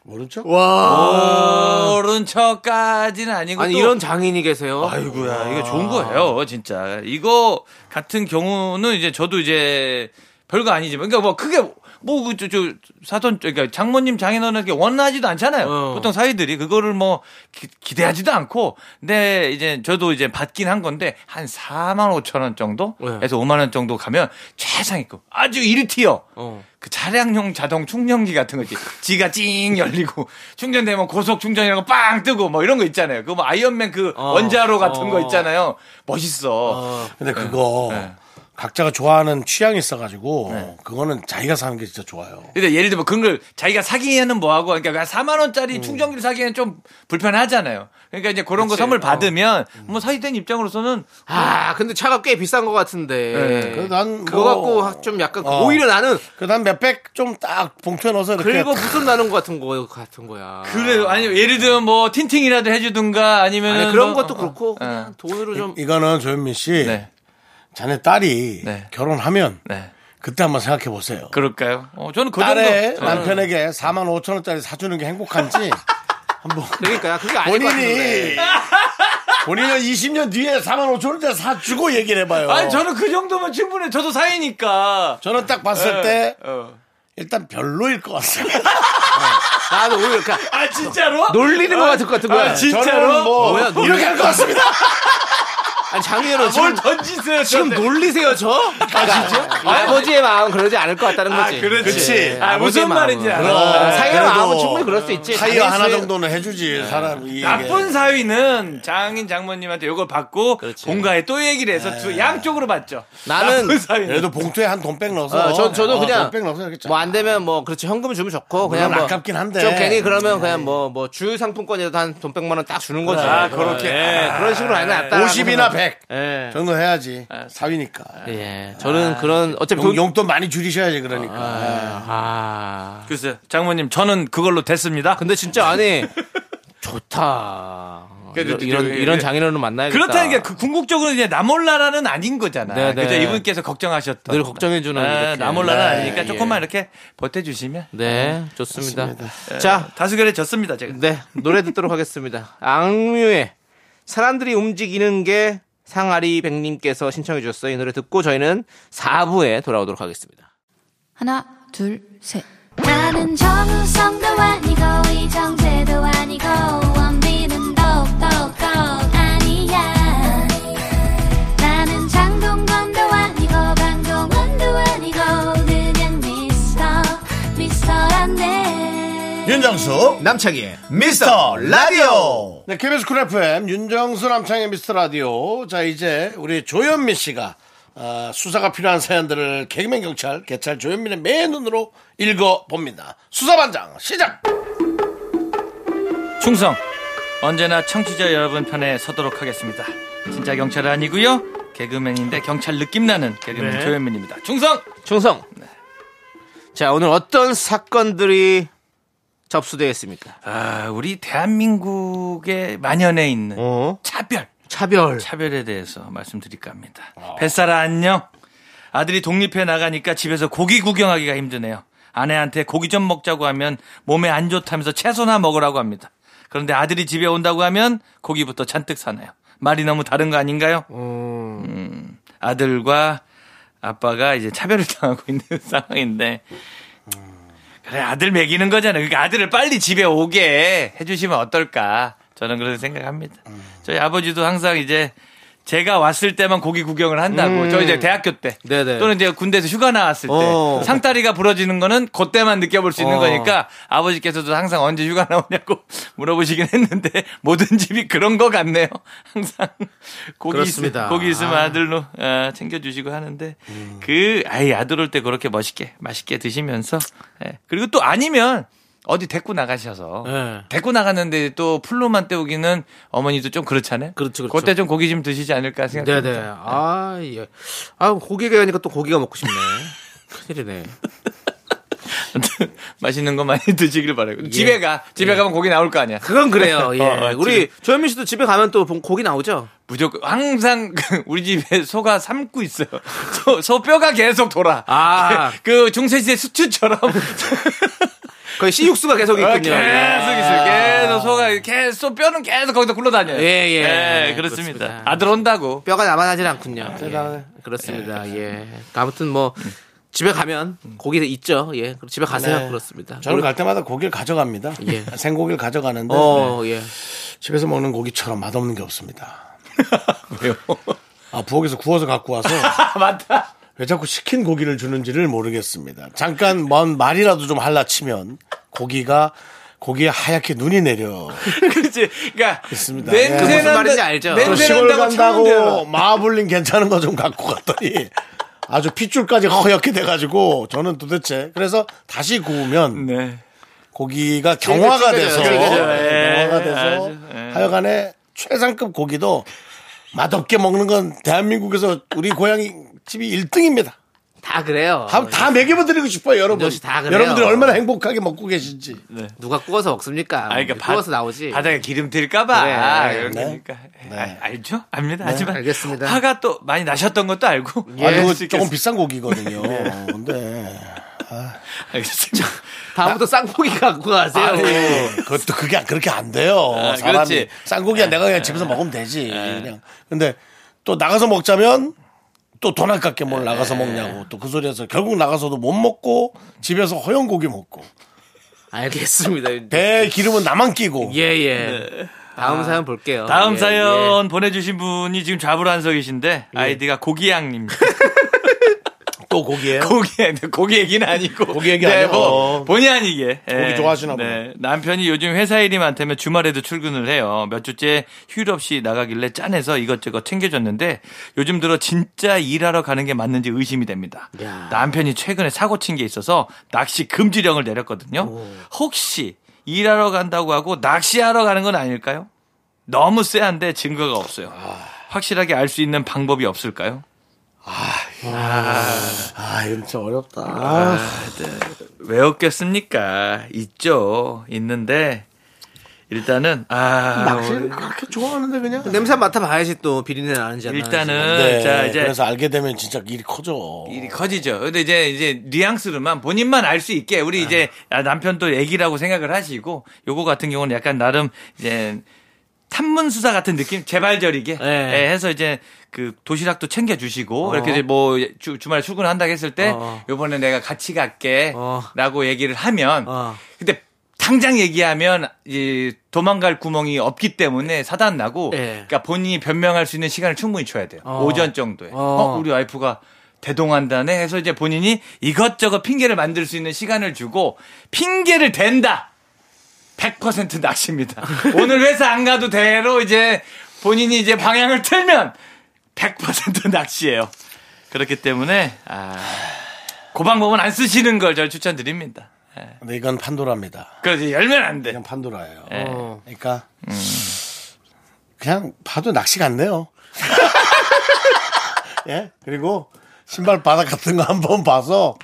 [SPEAKER 1] 모르죠?
[SPEAKER 11] 모른 척까지는 아니고
[SPEAKER 2] 아니,
[SPEAKER 11] 또-
[SPEAKER 2] 이런 장인이 계세요.
[SPEAKER 11] 아이고야 이거 좋은 거예요 진짜 이거 같은 경우는 이제 저도 이제 별거 아니지만 그러니까 뭐 크게 뭐저저 사돈 그러니까 장모님 장인어른에게 원하지도 않잖아요
[SPEAKER 2] 어.
[SPEAKER 11] 보통 사이들이 그거를 뭐 기, 대하지도 않고 근데 이제 저도 이제 받긴 한 건데 한 4만 5천 원 정도에서
[SPEAKER 2] 네.
[SPEAKER 11] 5만 원 정도 가면 최상위급 아주 1티어
[SPEAKER 2] 어.
[SPEAKER 11] 그 차량용 자동 충전기 같은 거 있지. 지가 찡 열리고 충전되면 고속 충전이라고 빵 뜨고 뭐 이런 거 있잖아요. 그거 뭐 아이언맨 그
[SPEAKER 2] 어.
[SPEAKER 11] 원자로 같은 거
[SPEAKER 2] 어.
[SPEAKER 11] 있잖아요. 멋있어.
[SPEAKER 1] 근데 그거
[SPEAKER 11] 네.
[SPEAKER 1] 각자가 좋아하는 취향이 있어가지고 그거는 자기가 사는 게 진짜 좋아요.
[SPEAKER 11] 근데 예를 들면 그런 걸 자기가 사기에는 뭐하고 그러니까 4만 원짜리 충전기를 사기에는 좀 불편하잖아요. 그러니까 이제 그런 거 선물 받으면 뭐 사기된 입장으로서는
[SPEAKER 2] 아, 근데 차가 꽤 비싼 것 같은데.
[SPEAKER 1] 그래도 난
[SPEAKER 2] 그거
[SPEAKER 1] 뭐-
[SPEAKER 2] 갖고 좀 약간
[SPEAKER 1] 어.
[SPEAKER 2] 오히려 나는
[SPEAKER 1] 그다음 몇백 좀 딱 봉투에 넣어서 이렇게
[SPEAKER 2] 긁어 무슨 나는 것 같은 거 같은 거야.
[SPEAKER 11] 그래요. 아니 예를 들면 뭐 틴팅이라도 해주든가 아니면
[SPEAKER 2] 아니, 그런
[SPEAKER 11] 뭐-
[SPEAKER 2] 것도 그렇고 그냥 돈으로 좀
[SPEAKER 1] 이거는 조현민 씨
[SPEAKER 11] 네.
[SPEAKER 1] 자네 딸이
[SPEAKER 11] 네.
[SPEAKER 1] 결혼하면
[SPEAKER 11] 네.
[SPEAKER 1] 그때 한번 생각해 보세요.
[SPEAKER 11] 그럴까요? 어, 저는 그
[SPEAKER 1] 딸의
[SPEAKER 2] 네.
[SPEAKER 11] 정도
[SPEAKER 1] 남편에게 4만 5천 원짜리 사주는 게 행복한지 한번
[SPEAKER 2] 그러니까 그게 아닌 것
[SPEAKER 1] 본인이
[SPEAKER 2] 같은데.
[SPEAKER 1] 본인은 20년 뒤에 4만 5천 원짜리 사주고 얘기를 해봐요.
[SPEAKER 11] 아니 저는 그 정도면 충분해. 저도 사이니까.
[SPEAKER 1] 저는 딱
[SPEAKER 2] 네.
[SPEAKER 1] 봤을 때
[SPEAKER 11] 어.
[SPEAKER 1] 일단 별로일 것 같습니다.
[SPEAKER 2] 나는 오히려 그냥
[SPEAKER 11] 아 진짜로?
[SPEAKER 2] 놀리는 것 같은 것 같은 거야.
[SPEAKER 11] 진짜로?
[SPEAKER 1] 저는 뭐
[SPEAKER 2] 뭐야,
[SPEAKER 1] 이렇게 할 것 같습니다.
[SPEAKER 2] 아니, 장희열은 지금
[SPEAKER 12] 뭘 던지세요,
[SPEAKER 2] 지금
[SPEAKER 12] 저한테.
[SPEAKER 2] 놀리세요 저? 아
[SPEAKER 12] 진짜?
[SPEAKER 2] 아버지의 마음 그러지 않을 것 같다는 거지.
[SPEAKER 12] 아, 그렇지. 아, 무슨
[SPEAKER 2] 아버지의 마음은.
[SPEAKER 12] 말인지 알아.
[SPEAKER 2] 어, 사연은
[SPEAKER 11] 그래도
[SPEAKER 2] 마음은 충분히 그럴 수 있지.
[SPEAKER 11] 사연 하나
[SPEAKER 2] 당했을-
[SPEAKER 11] 정도는
[SPEAKER 1] 해주지 사람이
[SPEAKER 11] 나쁜 사위는 장인 장모님한테 이걸 받고 본가에 또 얘기를 해서 두 양쪽으로 받죠. 나쁜 사위는.
[SPEAKER 1] 봉투에 한 돈백 넣어서.
[SPEAKER 2] 어, 저, 저도
[SPEAKER 1] 어,
[SPEAKER 2] 그냥
[SPEAKER 1] 돈백 넣어서 이렇게
[SPEAKER 2] 뭐 안 되면 뭐 그렇지 현금 주면 좋고 그냥
[SPEAKER 1] 물론
[SPEAKER 2] 뭐
[SPEAKER 1] 아깝긴 한데.
[SPEAKER 2] 좀 괜히 그러면 그냥 뭐 뭐 주유 상품권이라도 한돈 100만 원 딱 주는 거죠.
[SPEAKER 1] 아, 그렇게.
[SPEAKER 2] 예,
[SPEAKER 1] 아,
[SPEAKER 2] 그런 식으로 안 낫다.
[SPEAKER 1] 50이나 100.
[SPEAKER 2] 예.
[SPEAKER 1] 정도 해야지. 사위니까.
[SPEAKER 2] 예. 저는 그런 어차피
[SPEAKER 1] 용,
[SPEAKER 11] 돈-
[SPEAKER 1] 용돈 많이 줄이셔야지 그러니까.
[SPEAKER 2] 예. 아.
[SPEAKER 11] 글쎄, 장모님, 저는 그걸로 됐습니다.
[SPEAKER 2] 근데 진짜 아니 좋다. 이런 이런, 이런 장인어른 만나야겠다.
[SPEAKER 11] 그렇다는 게 그 궁극적으로 이제 나몰라라는 아닌 거잖아.
[SPEAKER 2] 네, 네.
[SPEAKER 11] 그죠? 이분께서 걱정하셨던.
[SPEAKER 2] 늘 걱정해주는
[SPEAKER 11] 네,
[SPEAKER 2] 이렇게.
[SPEAKER 11] 나몰라는
[SPEAKER 2] 네,
[SPEAKER 11] 아니니까
[SPEAKER 2] 예.
[SPEAKER 11] 조금만 이렇게 버텨주시면.
[SPEAKER 2] 네, 좋습니다.
[SPEAKER 11] 예,
[SPEAKER 2] 자,
[SPEAKER 11] 다수결에 졌습니다, 제가.
[SPEAKER 2] 네, 노래 듣도록 하겠습니다. 악뮤의 사람들이 움직이는 게 상아리 백님께서 신청해 주셨어요. 이 노래 듣고 저희는 4부에 돌아오도록 하겠습니다.
[SPEAKER 10] 하나, 둘, 셋.
[SPEAKER 8] 나는 정우성도 아니고 이정재도 아니고 원빈은 더욱더 아니야 나는 장동건도 아니고 방종원도 아니고 그냥 미스터 미스터란데
[SPEAKER 1] 윤정수
[SPEAKER 2] 남창희의
[SPEAKER 1] 미스터 라디오 네, KBS 쿨 FM 윤정수 남창의 미스터 라디오 자 이제 우리 조현민 씨가 아, 수사가 필요한 사연들을 개그맨 경찰 개찰 조현민의 맨 눈으로 읽어봅니다 수사반장 시작
[SPEAKER 11] 충성. 언제나 청취자 여러분 편에 서도록 하겠습니다. 진짜 경찰 아니고요 개그맨인데 경찰 느낌 나는 개그맨
[SPEAKER 2] 네.
[SPEAKER 11] 조현민입니다. 충성!
[SPEAKER 2] 충성.
[SPEAKER 11] 네.
[SPEAKER 2] 자, 오늘 어떤 사건들이 접수되어 있습니까?
[SPEAKER 11] 아, 우리 대한민국의 만연에 있는
[SPEAKER 2] 어.
[SPEAKER 11] 차별.
[SPEAKER 2] 차별.
[SPEAKER 11] 어? 차별에 대해서 말씀드릴까 합니다. 뱃살아 안녕. 아들이 독립해 나가니까 집에서 고기 구경하기가 힘드네요. 아내한테 고기 좀 먹자고 하면 몸에 안 좋다면서 채소나 먹으라고 합니다. 그런데 아들이 집에 온다고 하면 고기부터 잔뜩 사나요. 말이 너무 다른 거 아닌가요? 음, 아들과 아빠가 이제 차별을 당하고 있는 상황인데 그래 아들 먹이는 거잖아요. 그러니까 아들을 빨리 집에 오게 해주시면 어떨까? 저는 그런 생각합니다.
[SPEAKER 2] 음.
[SPEAKER 11] 저희 아버지도 항상 이제 제가 왔을 때만 고기 구경을 한다고.
[SPEAKER 2] 음.
[SPEAKER 11] 저 이제 대학교 때
[SPEAKER 2] 네네.
[SPEAKER 11] 또는 이제 군대에서 휴가 나왔을 때
[SPEAKER 2] 어.
[SPEAKER 11] 상다리가 부러지는 거는 그때만 느껴볼 수 있는
[SPEAKER 2] 어.
[SPEAKER 11] 거니까 아버지께서도 항상 언제 휴가 나오냐고 물어보시긴 했는데 모든 집이 그런 거 같네요. 항상 고기
[SPEAKER 2] 그렇습니다.
[SPEAKER 11] 있, 고기 있으면
[SPEAKER 2] 아.
[SPEAKER 11] 아들로 아, 챙겨주시고 하는데 그 아이 아들 올 때 그렇게 멋있게 맛있게 드시면서 예. 그리고 또 아니면 어디 데리고 나가셔서 데리고 나갔는데 또 풀로만 때우기는 어머니도 좀 그렇잖아요. 그렇죠,
[SPEAKER 2] 그렇죠.
[SPEAKER 11] 때좀 고기 좀 드시지 않을까 생각합니다.
[SPEAKER 2] 네네. 아, 예. 아, 고기 얘기하니까 또 고기가 먹고 싶네. 큰일이네.
[SPEAKER 11] 맛있는 거 많이 드시길 바라고.
[SPEAKER 2] 예.
[SPEAKER 11] 집에 가. 집에
[SPEAKER 2] 예.
[SPEAKER 11] 가면 고기 나올 거 아니야.
[SPEAKER 2] 그건 그래요. 예.
[SPEAKER 11] 어,
[SPEAKER 2] 우리
[SPEAKER 11] 집에.
[SPEAKER 2] 조현민 씨도 집에 가면 또 본- 고기 나오죠?
[SPEAKER 11] 무조건 항상 그 우리 집에 소가 삶고 있어요. 소, 소 뼈가 계속 돌아.
[SPEAKER 2] 아.
[SPEAKER 11] 그 중세시대 수추처럼
[SPEAKER 2] 거의 씨육수가 계속 있군요.
[SPEAKER 11] 아, 계속 있어요. 계속 소가 계속 뼈는 계속 거기서 굴러다녀요.
[SPEAKER 2] 예, 예.
[SPEAKER 11] 예, 그렇습니다. 아들 온다고.
[SPEAKER 2] 뼈가 남아나질 않군요. 예. 그렇습니다. 예. 아무튼 뭐
[SPEAKER 11] 음.
[SPEAKER 2] 집에 가면 고기 있죠. 예. 그럼 집에 가세요.
[SPEAKER 1] 네.
[SPEAKER 2] 그렇습니다.
[SPEAKER 1] 저는
[SPEAKER 2] 우리-
[SPEAKER 1] 갈 때마다 고기를 가져갑니다
[SPEAKER 2] 예.
[SPEAKER 1] 생고기를 가져가는데
[SPEAKER 2] 어,
[SPEAKER 1] 네.
[SPEAKER 2] 예.
[SPEAKER 1] 집에서 먹는 고기처럼 맛없는 게 없습니다
[SPEAKER 11] 왜요?
[SPEAKER 1] 아 부엌에서 구워서 갖고 와서
[SPEAKER 11] 맞다.
[SPEAKER 1] 왜 자꾸 시킨 고기를 주는지를 모르겠습니다. 잠깐 뭔 말이라도 좀 할라 치면 고기가 고기에 하얗게 눈이 내려
[SPEAKER 11] 그렇지. 그러니까
[SPEAKER 1] 있습니다.
[SPEAKER 11] 냄새
[SPEAKER 1] 예.
[SPEAKER 11] 무슨 말인지 알죠?
[SPEAKER 1] 저
[SPEAKER 11] 냄새
[SPEAKER 1] 시골
[SPEAKER 11] 난다고 참으면
[SPEAKER 1] 간다고
[SPEAKER 11] 돼요.
[SPEAKER 1] 마블링 괜찮은 거 좀 갖고 갔더니 아주 핏줄까지 허옇게 돼가지고 저는 도대체 그래서 다시 구우면
[SPEAKER 11] 네.
[SPEAKER 1] 고기가 경화가
[SPEAKER 11] 찔겨져요.
[SPEAKER 1] 돼서
[SPEAKER 11] 찔겨져요. 예.
[SPEAKER 1] 경화가 돼서
[SPEAKER 11] 아주, 예.
[SPEAKER 1] 하여간에 최상급 고기도 맛없게 먹는 건 대한민국에서 우리 고향이 집이 1등입니다.
[SPEAKER 2] 다 그래요.
[SPEAKER 1] 다, 다 먹여드리고 싶어요, 여러분.
[SPEAKER 2] 민정 씨다 그래요.
[SPEAKER 1] 여러분들이 얼마나 행복하게 먹고 계신지.
[SPEAKER 11] 네.
[SPEAKER 2] 누가 구워서 먹습니까?
[SPEAKER 11] 아, 그러니까
[SPEAKER 2] 구워서
[SPEAKER 11] 바-
[SPEAKER 2] 나오지.
[SPEAKER 11] 바닥에 기름 튈까봐
[SPEAKER 2] 그래.
[SPEAKER 11] 아,
[SPEAKER 2] 네.
[SPEAKER 11] 이런 거니까 아, 알죠? 압니다. 하지만
[SPEAKER 2] 알겠습니다.
[SPEAKER 11] 화가 또 많이 나셨던 것도 알고
[SPEAKER 1] 아,
[SPEAKER 11] 예, 알수
[SPEAKER 1] 이거
[SPEAKER 11] 있겠습니다. 예.
[SPEAKER 1] 조금 비싼 고기거든요. 근데.
[SPEAKER 11] 알겠습니다.
[SPEAKER 2] 다음부터 쌍포기 갖고 가세요.
[SPEAKER 1] 아니,
[SPEAKER 11] 예.
[SPEAKER 1] 그것도 그게 그렇게 안 돼요.
[SPEAKER 11] 아,
[SPEAKER 1] 사람이
[SPEAKER 11] 그렇지. 예.
[SPEAKER 1] 쌍고기야 내가 그냥 집에서 먹으면 되지. 그냥. 근데 또 나가서 먹자면 또 돈 아깝게 뭘
[SPEAKER 11] 예.
[SPEAKER 1] 나가서 먹냐고 또 그 소리에서 결국 나가서도 못 먹고 집에서 허연 고기 먹고
[SPEAKER 2] 알겠습니다.
[SPEAKER 1] 배 기름은 나만 끼고
[SPEAKER 2] 예, 예.
[SPEAKER 5] 다음 사연 볼게요.
[SPEAKER 11] 네. 아. 다음
[SPEAKER 5] 예,
[SPEAKER 11] 사연 보내주신 분이 지금 좌불안석이신데
[SPEAKER 2] 예.
[SPEAKER 11] 아이디가 고기양님입니다.
[SPEAKER 1] 또 고기예요?
[SPEAKER 11] 고기 고기 얘기는 아니고 고기
[SPEAKER 1] 얘기 아니에요? 어.
[SPEAKER 11] 본의 아니게
[SPEAKER 1] 고기
[SPEAKER 11] 예.
[SPEAKER 1] 좋아하시나
[SPEAKER 11] 네. 남편이 요즘 회사 일이 많다면 주말에도 출근을 해요. 몇 주째 휴일 없이 나가길래 짠해서 이것저것 챙겨줬는데 요즘 들어 진짜 일하러 가는 게 맞는지 의심이 됩니다. 남편이 최근에 사고 친 게 있어서 낚시 금지령을 내렸거든요. 혹시 일하러 간다고 하고 낚시하러 가는 건 아닐까요? 너무 쎄한데 증거가 없어요. 확실하게 알 수 있는 방법이 없을까요?
[SPEAKER 1] 아, 이건 진짜 어렵다.
[SPEAKER 11] 아, 네. 왜 없겠습니까? 있죠. 있는데 일단은 아
[SPEAKER 1] 낚시를 그렇게 좋아하는데 그냥
[SPEAKER 2] 예.
[SPEAKER 5] 냄새 맡아 봐야지 또 비린내 나는지 안
[SPEAKER 11] 일단은
[SPEAKER 1] 네,
[SPEAKER 11] 자 이제
[SPEAKER 1] 그래서 알게 되면 진짜 일이 커져.
[SPEAKER 11] 일이 커지죠. 근데 이제 이제 뉘앙스로만 본인만 알 수 있게 우리 이제 아, 남편도 애기라고 생각을 하시고 요거 같은 경우는 약간 나름 이제 탐문 수사 같은 느낌 재발절이게 예, 해서 이제 그 도시락도 챙겨주시고
[SPEAKER 5] 어.
[SPEAKER 11] 이렇게 이제 뭐 주, 주말에 출근한다 했을 때
[SPEAKER 5] 어.
[SPEAKER 11] 요번에 내가 같이 갈게라고 얘기를 하면
[SPEAKER 5] 어.
[SPEAKER 11] 근데 당장 얘기하면 이 도망갈 구멍이 없기 때문에 사단 나고
[SPEAKER 5] 예.
[SPEAKER 11] 그러니까 본인이 변명할 수 있는 시간을 충분히 줘야 돼요.
[SPEAKER 5] 어.
[SPEAKER 11] 오전 정도에.
[SPEAKER 5] 어.
[SPEAKER 11] 어, 우리 와이프가 대동한다네 해서 이제 본인이 이것저것 핑계를 만들 수 있는 시간을 주고 핑계를 댄다. 100% 낚시입니다. 오늘 회사 안 가도 돼로 이제 본인이 이제 방향을 틀면 100% 낚시예요. 그렇기 때문에 아, 그 방법은 안 쓰시는 걸 저는 추천드립니다.
[SPEAKER 1] 근데 이건 판도라입니다.
[SPEAKER 11] 그래서 열면 안
[SPEAKER 5] 네.
[SPEAKER 11] 돼.
[SPEAKER 5] 어,
[SPEAKER 1] 그냥 판도라예요.
[SPEAKER 11] 예.
[SPEAKER 5] 음.
[SPEAKER 1] 그러니까 그냥 봐도 낚시 같네요. 예 그리고 신발 바닥 같은 거 한번 봐서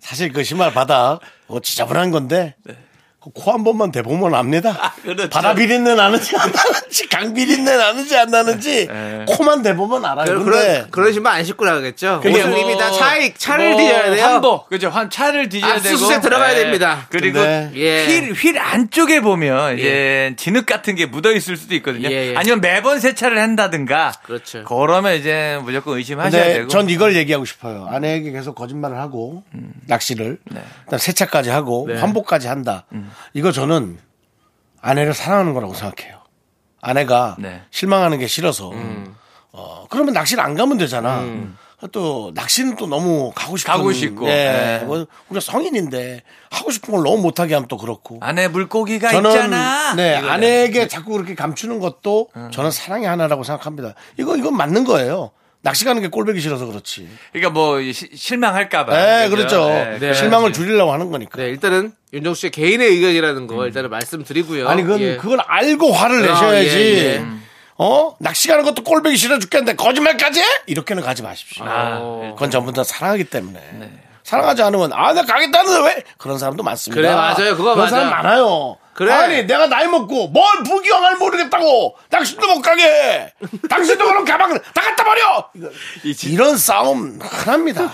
[SPEAKER 1] 사실 그 신발 바닥 그거 지저분한 건데
[SPEAKER 5] 네.
[SPEAKER 1] 그 코 한 번만 대보면 압니다.
[SPEAKER 5] 아,
[SPEAKER 11] 그렇죠.
[SPEAKER 1] 바다 비린내 나는지 안 나는지 강 비린내 나는지 안 나는지 코만 대보면 알아요.
[SPEAKER 5] 네. 그런
[SPEAKER 1] 근데
[SPEAKER 5] 그런 그런 신발 안 신고 나가겠죠.
[SPEAKER 1] 근데
[SPEAKER 5] 옷을
[SPEAKER 1] 뭐-
[SPEAKER 5] 이미 다 차이 차를 뒤져야 돼요.
[SPEAKER 11] 환복, 어, 그죠? 환 차를 뭐 뒤져야
[SPEAKER 5] 압수수색
[SPEAKER 11] 되고.
[SPEAKER 5] 들어가야
[SPEAKER 11] 예.
[SPEAKER 5] 됩니다.
[SPEAKER 11] 그리고
[SPEAKER 5] 근데- 예.
[SPEAKER 11] 휠, 휠 안쪽에 보면 이제 진흙 같은 게 묻어 있을 수도 있거든요.
[SPEAKER 5] 예, 예.
[SPEAKER 11] 아니면 매번 세차를 한다든가.
[SPEAKER 5] 그렇죠.
[SPEAKER 11] 그러면 이제 무조건 의심하셔야
[SPEAKER 1] 근데
[SPEAKER 11] 되고.
[SPEAKER 1] 네,
[SPEAKER 11] 네.
[SPEAKER 1] 전 이걸 얘기하고 싶어요. 아내에게 계속 거짓말을 하고
[SPEAKER 11] 음.
[SPEAKER 1] 낚시를
[SPEAKER 11] 네.
[SPEAKER 1] 그다음 세차까지 하고 환복까지 한다.
[SPEAKER 11] 음.
[SPEAKER 1] 이거 저는 아내를 사랑하는 거라고 생각해요. 아내가
[SPEAKER 11] 네. 음.
[SPEAKER 1] 실망하는 게 싫어서 어, 그러면 낚시를 안 가면 되잖아. 또 낚시는 또 너무 가고 싶고
[SPEAKER 11] 가고 싶고.
[SPEAKER 1] 예.
[SPEAKER 11] 네.
[SPEAKER 1] 뭐, 우리가 성인인데 하고 싶은 걸 너무 못하게 하면 또 그렇고
[SPEAKER 11] 안에 물고기가
[SPEAKER 1] 저는
[SPEAKER 11] 있잖아.
[SPEAKER 1] 네
[SPEAKER 11] 이거는.
[SPEAKER 1] 아내에게 자꾸 그렇게 감추는 것도 저는 사랑의 하나라고 생각합니다. 이거 이건 맞는 거예요. 낚시 가는 게 꼴보기 싫어서 그렇지.
[SPEAKER 11] 그러니까 뭐 시- 실망할까봐.
[SPEAKER 1] 네, 그렇죠.
[SPEAKER 11] 네,
[SPEAKER 5] 네.
[SPEAKER 1] 실망을 줄이려고 하는 거니까.
[SPEAKER 5] 네, 일단은 윤정 씨의 개인의 의견이라는
[SPEAKER 11] 음.
[SPEAKER 5] 거 일단은 말씀드리고요.
[SPEAKER 1] 아니 그건
[SPEAKER 5] 예.
[SPEAKER 1] 그걸 알고 화를
[SPEAKER 5] 어,
[SPEAKER 1] 내셔야지.
[SPEAKER 5] 예, 예.
[SPEAKER 1] 어 낚시 가는 것도 꼴보기 싫어 죽겠는데 거짓말까지 해? 이렇게는 가지 마십시오.
[SPEAKER 11] 아,
[SPEAKER 1] 그건 전부 다 사랑하기 때문에.
[SPEAKER 5] 네.
[SPEAKER 1] 사랑하지 않으면 아 나 가겠다는 왜 그런 사람도 많습니다.
[SPEAKER 5] 그래, 맞아요. 그거
[SPEAKER 1] 그런
[SPEAKER 5] 맞아.
[SPEAKER 1] 사람 많아요.
[SPEAKER 5] 그래.
[SPEAKER 1] 아니 내가 나이 먹고 뭘 부귀영화를 모르겠다고 당신도 못 가게. 해. 당신도 그럼 가방 나갔다 버려. 이런 싸움 하나입니다.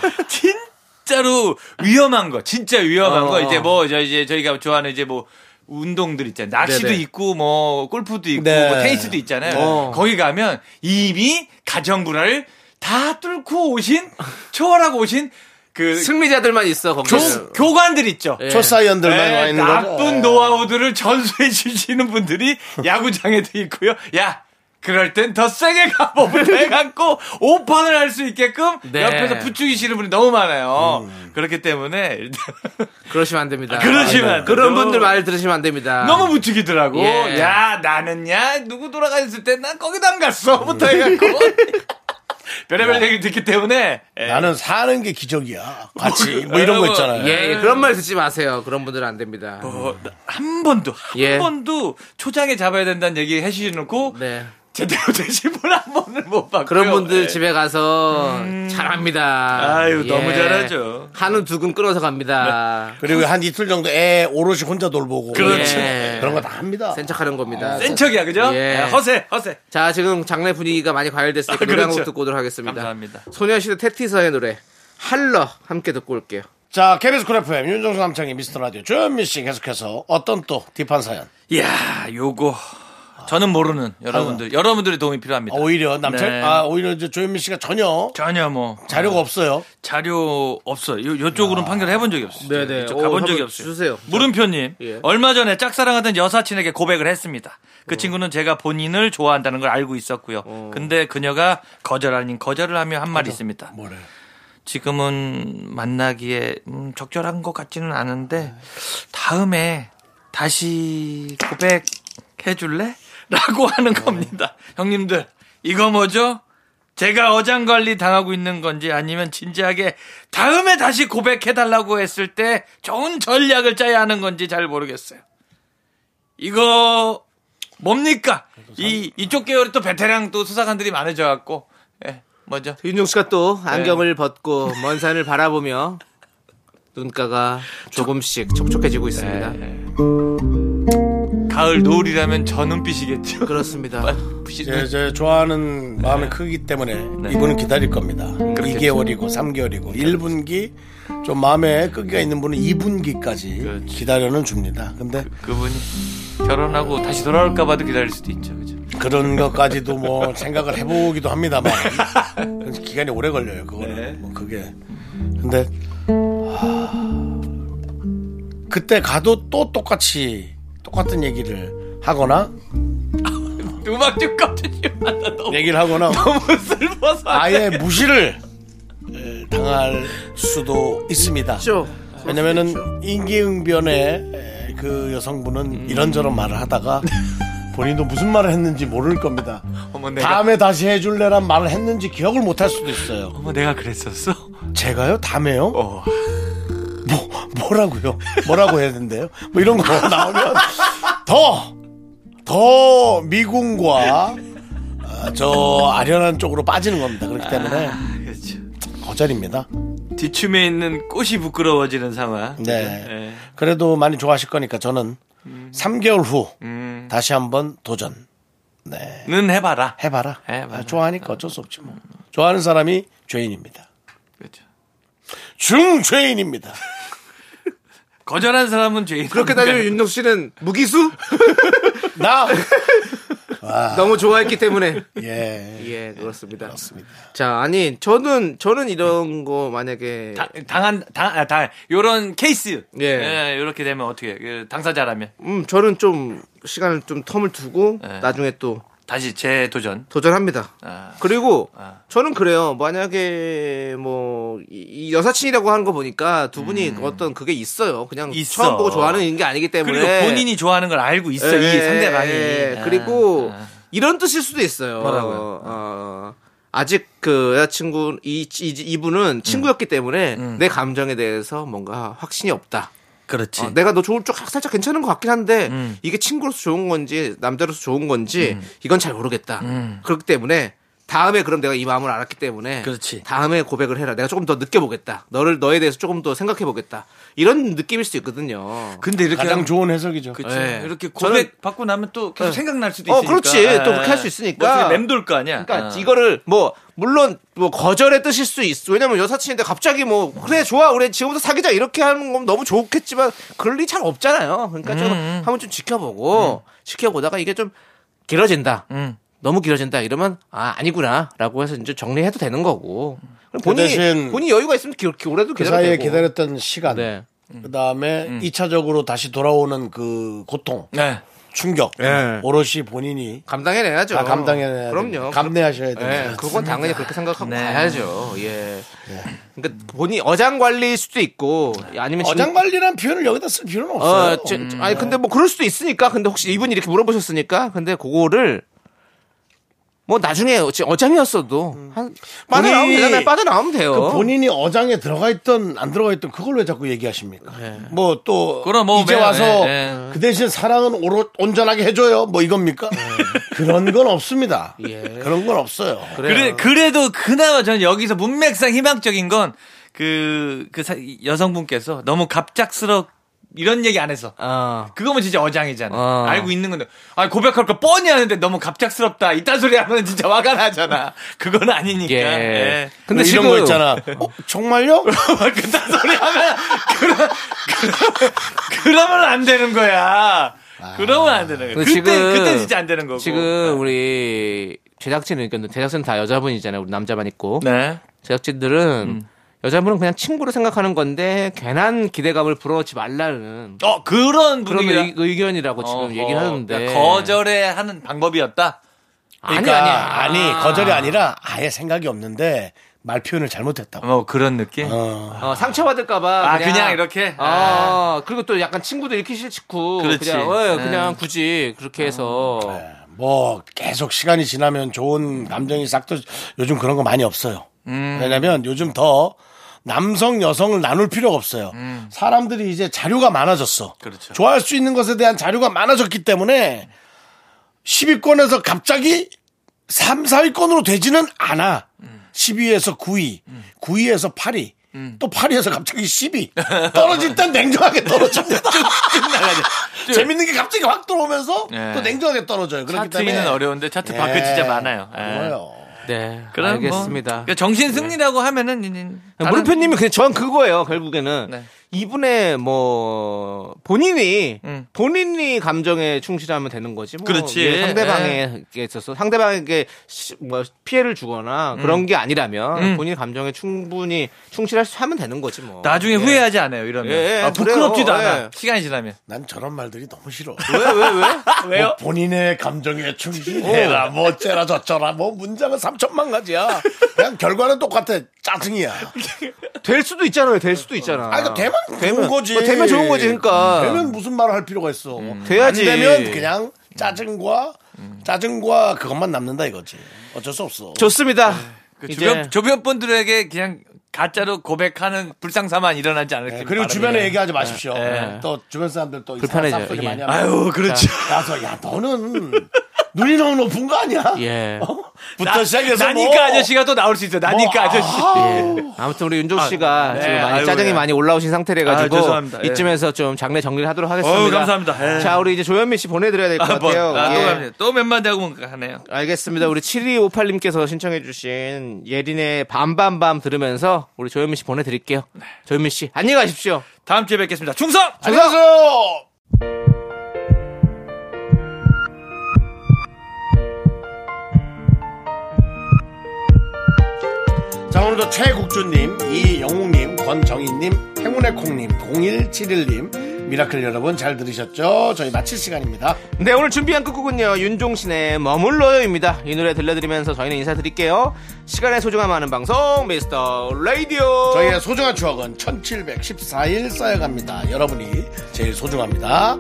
[SPEAKER 11] 진짜로 위험한 거, 진짜 위험한
[SPEAKER 5] 어.
[SPEAKER 11] 거 이제 뭐 저 이제 저희가 좋아하는 이제 뭐 운동들 있잖아요. 낚시도
[SPEAKER 5] 네네.
[SPEAKER 11] 있고 뭐 골프도 있고
[SPEAKER 1] 네.
[SPEAKER 11] 뭐 테니스도 있잖아요.
[SPEAKER 5] 어.
[SPEAKER 11] 거기 가면 이미 가정부를 다 뚫고 오신 초월하고 오신 그
[SPEAKER 5] 승리자들만 있어
[SPEAKER 11] 교,
[SPEAKER 5] 거기는.
[SPEAKER 11] 교관들 있죠.
[SPEAKER 5] 예.
[SPEAKER 1] 초사연들만
[SPEAKER 11] 네,
[SPEAKER 1] 와 있는 거죠.
[SPEAKER 11] 나쁜 노하우들을 전수해 주시는 분들이 야구장에도 있고요. 야, 그럴 땐 더 세게 가법을 해갖고 오판을 할 수 있게끔
[SPEAKER 5] 네.
[SPEAKER 11] 옆에서 부추기시는 분이 너무 많아요.
[SPEAKER 1] 음.
[SPEAKER 11] 그렇기 때문에 일단
[SPEAKER 5] 그러시면 안 됩니다.
[SPEAKER 11] 아, 그러시면
[SPEAKER 5] 아,
[SPEAKER 11] 안 돼요.
[SPEAKER 5] 그런 분들 말 들으시면 안 됩니다.
[SPEAKER 11] 너무 부추기더라고.
[SPEAKER 5] 예.
[SPEAKER 11] 야, 나는 야, 누구 돌아가셨을 때 난 거기도 안 갔어부터 해갖고
[SPEAKER 1] 음.
[SPEAKER 11] 별의별
[SPEAKER 5] 네.
[SPEAKER 11] 얘기를 듣기 때문에 예.
[SPEAKER 1] 나는 사는 게 기적이야. 같이 뭐 이런 거 있잖아요.
[SPEAKER 5] 어, 예, 예, 그런 말 듣지 마세요. 그런 분들은 안 됩니다.
[SPEAKER 11] 네. 어, 나한 번도 한
[SPEAKER 5] 예.
[SPEAKER 11] 번도 초장에 잡아야 된다는 얘기 해주셔놓고
[SPEAKER 5] 네.
[SPEAKER 11] 제대로 되신 분 한 번을 못 봤고요.
[SPEAKER 5] 그런 분들
[SPEAKER 11] 예.
[SPEAKER 5] 집에 가서 잘합니다. 예.
[SPEAKER 11] 아유, 너무 잘하죠.
[SPEAKER 5] 한우 두근 끊어서 갑니다.
[SPEAKER 1] 그리고 한 이틀 정도 애 오롯이 혼자 돌보고
[SPEAKER 11] 그렇죠.
[SPEAKER 5] 예.
[SPEAKER 1] 그런 거 다
[SPEAKER 2] 어.
[SPEAKER 1] 합니다.
[SPEAKER 5] 센척하는
[SPEAKER 2] 아,
[SPEAKER 5] 겁니다.
[SPEAKER 11] 센 척이야, 그죠?
[SPEAKER 5] 예.
[SPEAKER 11] 예, 허세, 허세.
[SPEAKER 5] 자, 지금 장례 분위기가 많이 과열됐으니까
[SPEAKER 11] 아,
[SPEAKER 5] 노래 한 곡
[SPEAKER 11] 그렇죠.
[SPEAKER 5] 듣고 오도록 하겠습니다.
[SPEAKER 11] 감사합니다.
[SPEAKER 5] 소녀시대 테티서의 노래 할러 함께 듣고 올게요.
[SPEAKER 1] 자, KBS 쿨 FM 윤정수 남창희 미스터 라디오 조현민 씨 계속해서 어떤 또 딥한 사연.
[SPEAKER 11] 이야, 요거 저는 모르는 여러분들 여러분들의 도움이 필요합니다.
[SPEAKER 1] 아, 오히려 남자
[SPEAKER 11] 네.
[SPEAKER 1] 아 오히려 이제 조현민 씨가 전혀
[SPEAKER 11] 전혀 뭐
[SPEAKER 1] 자료가 없어요.
[SPEAKER 11] 자료 없어요. 요, 요쪽으로는 판결해 본 적이 없어요.
[SPEAKER 2] 네네.
[SPEAKER 11] 이쪽
[SPEAKER 2] 오,
[SPEAKER 11] 가본 적이
[SPEAKER 2] 한번
[SPEAKER 11] 없어요.
[SPEAKER 2] 주세요.
[SPEAKER 11] 물음표님
[SPEAKER 2] 예.
[SPEAKER 11] 얼마 전에 짝사랑하던 여사친에게 고백을 했습니다. 그 친구는 제가 본인을 좋아한다는 걸 알고 있었고요. 근데 그녀가 거절 아닌 거절을 하며 한 말이 있습니다.
[SPEAKER 1] 뭐래?
[SPEAKER 11] 지금은 만나기에 음, 적절한 것 같지는 않은데 다음에 다시 고백해 줄래? 라고 하는 겁니다. 형님들 이거 뭐죠? 제가 어장관리 당하고 있는 건지 아니면 진지하게 다음에 다시 고백해달라고 했을 때 좋은 전략을 짜야 하는 건지 잘 모르겠어요. 이거 뭡니까? 이 이쪽 계열이 또 베테랑 또 수사관들이 많아져갖고 예, 뭐죠?
[SPEAKER 2] 윤종 씨가 또 안경을 벗고 먼 산을 바라보며 눈가가 조금씩 촉촉해지고 있습니다.
[SPEAKER 11] 가을 노을이라면 저 눈빛이겠죠.
[SPEAKER 2] 그렇습니다.
[SPEAKER 1] 제, 제 예, 좋아하는 마음의 크기 때문에
[SPEAKER 11] 네.
[SPEAKER 1] 이분은 기다릴 겁니다. 2개월이고 3개월이고 1분기 좀 마음에 끄기가 있는 분은 2분기까지 기다려는 줍니다. 근데
[SPEAKER 11] 그렇죠. 그분이 결혼하고 다시 돌아올까봐도 기다릴 수도 있죠. 그죠?
[SPEAKER 1] 그런 것까지도 뭐 생각을 해보기도 합니다만 기간이 오래 걸려요. 그거는
[SPEAKER 11] 네.
[SPEAKER 1] 뭐 그게 근데 하, 그때 가도 또 똑같이 똑같은 얘기를 하거나
[SPEAKER 11] 음악 좀 꺼주지 마.
[SPEAKER 1] 얘기를 하거나
[SPEAKER 11] 너무 슬퍼서. 네.
[SPEAKER 1] 아예 무시를 에, 당할 수도 있습니다. 왜냐면은 인기응변에 에, 그 여성분은
[SPEAKER 11] 음.
[SPEAKER 1] 이런저런 말을 하다가 본인도 무슨 말을 했는지 모를 겁니다.
[SPEAKER 11] 어머 내가
[SPEAKER 1] 다음에 다시 해줄래란 말을 했는지 기억을 못 할 수도 있어요.
[SPEAKER 11] 어머 내가 그랬었어. 어.
[SPEAKER 1] 제가요? 다음에요? 뭐 뭐라고요? 뭐라고 해야 된대요? 뭐 이런 거 나오면 더 더 미궁과 아, 저 아련한 쪽으로 빠지는 겁니다. 그렇기 때문에
[SPEAKER 11] 그렇죠.
[SPEAKER 1] 거절입니다.
[SPEAKER 11] 뒤춤에 있는 꽃이 부끄러워지는 상황.
[SPEAKER 1] 네. 그래도 많이 좋아하실 거니까 저는 3개월 후
[SPEAKER 11] 음.
[SPEAKER 1] 다시 한번 도전. 네.
[SPEAKER 11] 는 해봐라.
[SPEAKER 1] 해봐라.
[SPEAKER 11] 해봐라.
[SPEAKER 1] 아, 좋아하니까 어쩔 수 없지 뭐. 좋아하는 사람이 죄인입니다.
[SPEAKER 11] 그렇죠.
[SPEAKER 1] 중죄인입니다.
[SPEAKER 11] 거절한 사람은 죄인.
[SPEAKER 2] 그렇게 따지면 윤종 씨는 무기수?
[SPEAKER 1] 나
[SPEAKER 2] 너무 좋아했기 때문에.
[SPEAKER 1] 예.
[SPEAKER 2] 예, 그렇습니다. 자, 아니, 저는, 저는 이런 거 만약에.
[SPEAKER 11] 당- 당한 당, 아, 당 요런 케이스
[SPEAKER 2] 예.
[SPEAKER 11] 예. 요렇게 되면 어떻게 그 당사자라면
[SPEAKER 2] 음, 저는 좀 시간을 좀 텀을 두고
[SPEAKER 11] 네.
[SPEAKER 2] 나중에 또
[SPEAKER 11] 다시 재도전
[SPEAKER 2] 도전합니다.
[SPEAKER 11] 아,
[SPEAKER 2] 그리고
[SPEAKER 11] 아.
[SPEAKER 2] 저는 그래요. 만약에 뭐 이 여사친이라고 하는 거 보니까 두 분이 어떤 그게 있어요. 그냥
[SPEAKER 11] 음. 있어.
[SPEAKER 2] 처음 보고 좋아하는 게 아니기 때문에
[SPEAKER 11] 그리고 본인이 좋아하는 걸 알고 있어 이
[SPEAKER 2] 예,
[SPEAKER 11] 상대방이
[SPEAKER 2] 예.
[SPEAKER 11] 아,
[SPEAKER 2] 그리고
[SPEAKER 11] 아.
[SPEAKER 2] 이런 뜻일 수도 있어요.
[SPEAKER 11] 뭐라고요?
[SPEAKER 2] 어, 아직 그 여자친구 이, 이 이분은
[SPEAKER 11] 음.
[SPEAKER 2] 친구였기 때문에 내 감정에 대해서 뭔가 확신이 없다.
[SPEAKER 11] 그렇지
[SPEAKER 2] 어, 내가 너 좋을 쪽 살짝 괜찮은 것 같긴 한데
[SPEAKER 11] 음.
[SPEAKER 2] 이게 친구로서 좋은 건지 남자로서 좋은 건지 이건 잘 모르겠다. 그렇기 때문에 다음에 그럼 내가 이 마음을 알았기 때문에
[SPEAKER 11] 음. 그렇지.
[SPEAKER 2] 다음에 고백을 해라. 내가 조금 더 느껴보겠다. 너를 너에 대해서 조금 더 생각해보겠다. 이런 느낌일 수도 있거든요.
[SPEAKER 11] 근데 이렇게
[SPEAKER 1] 가장
[SPEAKER 11] 하면-
[SPEAKER 1] 좋은 해석이죠.
[SPEAKER 11] 그치
[SPEAKER 2] 예.
[SPEAKER 11] 이렇게
[SPEAKER 2] 저는-
[SPEAKER 11] 고백 받고 나면 또 계속 생각날 수도
[SPEAKER 2] 어,
[SPEAKER 11] 있으니까
[SPEAKER 2] 그렇지.
[SPEAKER 11] 예.
[SPEAKER 2] 또 그렇게 할수 있으니까.
[SPEAKER 11] 머릿속에 맴돌 거 아니야
[SPEAKER 2] 그러니까
[SPEAKER 11] 아.
[SPEAKER 2] 이거를 뭐 물론 뭐 거절의 뜻일 수 있어. 왜냐면 여사친인데 갑자기 뭐 그래 좋아 우리 지금부터 사귀자 이렇게 하는 건 너무 좋겠지만 그럴 일이 잘 없잖아요. 그러니까
[SPEAKER 11] 음,
[SPEAKER 2] 좀 한번 좀 지켜보고 지켜보다가 이게 좀 길어진다.
[SPEAKER 11] 음.
[SPEAKER 2] 너무 길어진다 이러면 아 아니구나라고 해서 이제 정리해도 되는 거고. 그럼
[SPEAKER 1] 그
[SPEAKER 2] 본인이
[SPEAKER 1] 대신
[SPEAKER 2] 본인 여유가 있으면 기- 기- 오래도
[SPEAKER 1] 그
[SPEAKER 2] 기다려도
[SPEAKER 1] 사이에
[SPEAKER 2] 되고.
[SPEAKER 1] 기다렸던 시간,
[SPEAKER 2] 네.
[SPEAKER 1] 그 다음에 이차적으로 다시 돌아오는 그 고통,
[SPEAKER 11] 네.
[SPEAKER 1] 충격,
[SPEAKER 2] 예.
[SPEAKER 1] 오롯이 본인이
[SPEAKER 2] 감당해내야죠.
[SPEAKER 1] 다 아, 감당해야
[SPEAKER 2] 그럼요.
[SPEAKER 1] 감내하셔야
[SPEAKER 2] 예,
[SPEAKER 1] 돼요.
[SPEAKER 2] 그건 당연히 그렇게 생각하고
[SPEAKER 11] 네.
[SPEAKER 2] 가야죠. 예. 그러니까 본인 어장 관리일 수도 있고 아니면 지금-
[SPEAKER 1] 어장 관리란 표현을 여기다 쓸 필요는 없어요.
[SPEAKER 2] 어, 제- 아니 근데 뭐 그럴 수도 있으니까 근데 혹시 이분이 이렇게 물어보셨으니까 근데 그거를 뭐 나중에 어찌- 어장이었어도 한 음. 빠져나오면
[SPEAKER 1] 본인이-
[SPEAKER 2] 되잖아요. 빠져나오면 돼요.
[SPEAKER 1] 그 본인이 어장에 들어가 있던 안 들어가 있던 그걸 왜 자꾸 얘기하십니까? 뭐 또
[SPEAKER 11] 네. 그럼 뭐
[SPEAKER 1] 이제
[SPEAKER 11] 매-
[SPEAKER 1] 와서
[SPEAKER 11] 예, 예.
[SPEAKER 1] 그 대신 사랑은 오롯 온전하게 해줘요. 뭐 이겁니까?
[SPEAKER 11] 네.
[SPEAKER 1] 그런 건 없습니다. 그런 건 없어요.
[SPEAKER 11] 예. 그래, 그래도 그나마 저는 여기서 문맥상 희망적인 건 그, 그 사- 여성분께서 너무 갑작스럽 이런 얘기 안 해서.
[SPEAKER 2] 아.
[SPEAKER 11] 그거면 진짜 어장이잖아.
[SPEAKER 2] 어.
[SPEAKER 11] 알고 있는 건데. 아, 고백할 거 뻔히 아는데 너무 갑작스럽다. 이딴 소리 하면 진짜 화가 나잖아. 그건 아니니까.
[SPEAKER 2] 예.
[SPEAKER 11] 예.
[SPEAKER 2] 근데
[SPEAKER 1] 이런
[SPEAKER 2] 지금
[SPEAKER 1] 거 있잖아. 어, 정말요?
[SPEAKER 11] 아, 그딴 소리 하면, 그러, 그러, 그러면 안 되는 거야. 그러면 안 되는 거예요. 그때 그때 진짜 안 되는 거고.
[SPEAKER 2] 아. 지금 우리 제작진은 그러니까 제작진은 다 여자분이잖아요. 우리 남자만 있고.
[SPEAKER 11] 네.
[SPEAKER 2] 제작진들은
[SPEAKER 11] 음.
[SPEAKER 2] 여자분은 그냥 친구로 생각하는 건데 괜한 기대감을 불어넣지 말라는.
[SPEAKER 11] 어 그런
[SPEAKER 2] 그런
[SPEAKER 11] 분위기라-
[SPEAKER 2] 의- 의견이라고 지금
[SPEAKER 11] 어허.
[SPEAKER 2] 얘기를 하는데.
[SPEAKER 11] 그러니까 거절의 그러니까 하는 방법이었다.
[SPEAKER 2] 아니.
[SPEAKER 1] 아니
[SPEAKER 2] 아.
[SPEAKER 1] 거절이 아니라 아예 생각이 없는데 말 표현을 잘못했다고.
[SPEAKER 11] 뭐 그런 느낌?
[SPEAKER 2] 어, 상처받을까봐.
[SPEAKER 11] 아, 그냥 이렇게?
[SPEAKER 2] 어,
[SPEAKER 11] 아. 네.
[SPEAKER 2] 그리고 또 약간 친구도 잃기 싫고.
[SPEAKER 1] 그렇지.
[SPEAKER 2] 그냥 어, 그냥
[SPEAKER 1] 음.
[SPEAKER 2] 굳이 그렇게 해서.
[SPEAKER 11] 음.
[SPEAKER 1] 뭐 계속 시간이 지나면 좋은 감정이 싹도 요즘 그런 거 많이 없어요.
[SPEAKER 11] 음.
[SPEAKER 1] 왜냐면 요즘 더 남성 여성을 나눌 필요가 없어요.
[SPEAKER 11] 음.
[SPEAKER 1] 사람들이 이제 자료가 많아졌어.
[SPEAKER 11] 그렇죠.
[SPEAKER 1] 좋아할 수 있는 것에 대한 자료가 많아졌기 때문에 10위권에서 갑자기 3, 4위권으로 되지는 않아.
[SPEAKER 11] 음.
[SPEAKER 1] 10위에서 9위, 9위에서 8위, 또 8위에서 갑자기 10위. 떨어질 땐 냉정하게 떨어집니다.
[SPEAKER 11] 쭉.
[SPEAKER 1] 재밌는 게 갑자기 확 들어오면서
[SPEAKER 11] 예.
[SPEAKER 1] 또 냉정하게 떨어져요. 그렇기
[SPEAKER 11] 차트는
[SPEAKER 1] 때문에
[SPEAKER 11] 어려운데 차트
[SPEAKER 1] 예.
[SPEAKER 11] 밖에 진짜 많아요. 예.
[SPEAKER 2] 네.
[SPEAKER 11] 그럼 뭐,
[SPEAKER 2] 알겠습니다. 예.
[SPEAKER 11] 그러니까 정신 승리라고 하면은
[SPEAKER 2] 다른- 물음표님이 그냥 전 그거예요. 결국에는
[SPEAKER 11] 네.
[SPEAKER 2] 이분의 뭐 본인이 본인이 감정에 충실하면 되는 거지. 뭐
[SPEAKER 11] 음. 그렇지. 예.
[SPEAKER 2] 이게 상대방에 있어서 상대방에게 시- 뭐 피해를 주거나 그런
[SPEAKER 11] 음.
[SPEAKER 2] 게 아니라면
[SPEAKER 11] 음.
[SPEAKER 2] 본인 감정에 충분히 충실할 수 하면 되는 거지 뭐.
[SPEAKER 11] 나중에 후회하지 않아요. 이러면
[SPEAKER 2] 예, 예,
[SPEAKER 11] 아, 부끄럽지도
[SPEAKER 2] 그래요.
[SPEAKER 11] 않아.
[SPEAKER 2] 예.
[SPEAKER 11] 시간이 지나면.
[SPEAKER 1] 난 저런 말들이 너무 싫어.
[SPEAKER 2] 왜, 왜?
[SPEAKER 11] 왜요?
[SPEAKER 1] 뭐 본인의 감정에 충실해라, 뭐 어쩌라 저쩌라, 뭐 문장은 삼천만 가지야. 그냥 결과는 똑같아. 짜증이야.
[SPEAKER 2] 될 수도 있잖아요. 될 수도 있잖아.
[SPEAKER 1] 아, 그 되면 좋은 거지. 음,
[SPEAKER 2] 뭐 되면 좋은 거지. 그러니까. 음.
[SPEAKER 1] 되면 무슨 말을 할 필요가 있어.
[SPEAKER 2] 돼야지.
[SPEAKER 1] 안 되면 그냥 짜증과 짜증과 그것만 남는다 이거지. 어쩔 수 없어.
[SPEAKER 2] 좋습니다.
[SPEAKER 11] 그
[SPEAKER 1] 이제-
[SPEAKER 11] 주변 주변 분들에게 그냥 가짜로 고백하는 불상사만 일어나지 않을
[SPEAKER 2] 예,
[SPEAKER 11] 길
[SPEAKER 1] 네, 그리고
[SPEAKER 11] 바랍니다.
[SPEAKER 1] 주변에 얘기하지 마십시오.
[SPEAKER 11] 예.
[SPEAKER 1] 또 주변 사람들 또
[SPEAKER 11] 불편해져요,
[SPEAKER 1] 불편해져.
[SPEAKER 11] 예.
[SPEAKER 1] 많이 하면
[SPEAKER 2] 어,
[SPEAKER 11] 아유, 그렇죠.
[SPEAKER 1] 나서 야 너는 눈이 너무 높은 거 아니야? 어?
[SPEAKER 2] 예.
[SPEAKER 1] 부터 시작해서
[SPEAKER 11] 나니까
[SPEAKER 1] 뭐-
[SPEAKER 11] 아저씨가 또 나올 수 있어. 나니까
[SPEAKER 1] 뭐,
[SPEAKER 11] 그러니까 아저씨.
[SPEAKER 2] 예. 아무튼 우리 윤종 씨가
[SPEAKER 11] 아, 네.
[SPEAKER 2] 지금 많이
[SPEAKER 11] 아이고,
[SPEAKER 2] 짜증이
[SPEAKER 11] 예.
[SPEAKER 2] 많이 올라오신 상태래 가지고
[SPEAKER 11] 아, 죄송합니다. 예.
[SPEAKER 2] 이쯤에서 좀 장례 정리를 하도록 하겠습니다.
[SPEAKER 11] 어우, 감사합니다. 예.
[SPEAKER 2] 자, 우리 이제 조현민 씨 보내드려야 될 것
[SPEAKER 11] 아, 뭐,
[SPEAKER 2] 같아요.
[SPEAKER 11] 아, 또
[SPEAKER 2] 예.
[SPEAKER 11] 갑니다. 또 웬만한 하고 가네요.
[SPEAKER 2] 알겠습니다. 우리 7258님께서 신청해주신 예린의 밤밤밤 들으면서 우리 조현민 씨 보내드릴게요. 조현민 씨, 안녕히 가십시오.
[SPEAKER 11] 다음 주에 뵙겠습니다. 충성!
[SPEAKER 1] 안녕하세요. 자 오늘도 최국주님, 이영웅님, 권정희님, 행운의 콩님, 0171님 미라클 여러분 잘 들으셨죠? 저희 마칠 시간입니다.
[SPEAKER 2] 네, 오늘 준비한 끝곡은요, 윤종신의 머물러요입니다. 이 노래 들려드리면서 저희는 인사드릴게요. 시간의 소중함 아는 방송, 미스터 라디오.
[SPEAKER 1] 저희의 소중한 추억은 1714일 쌓여갑니다. 여러분이 제일 소중합니다.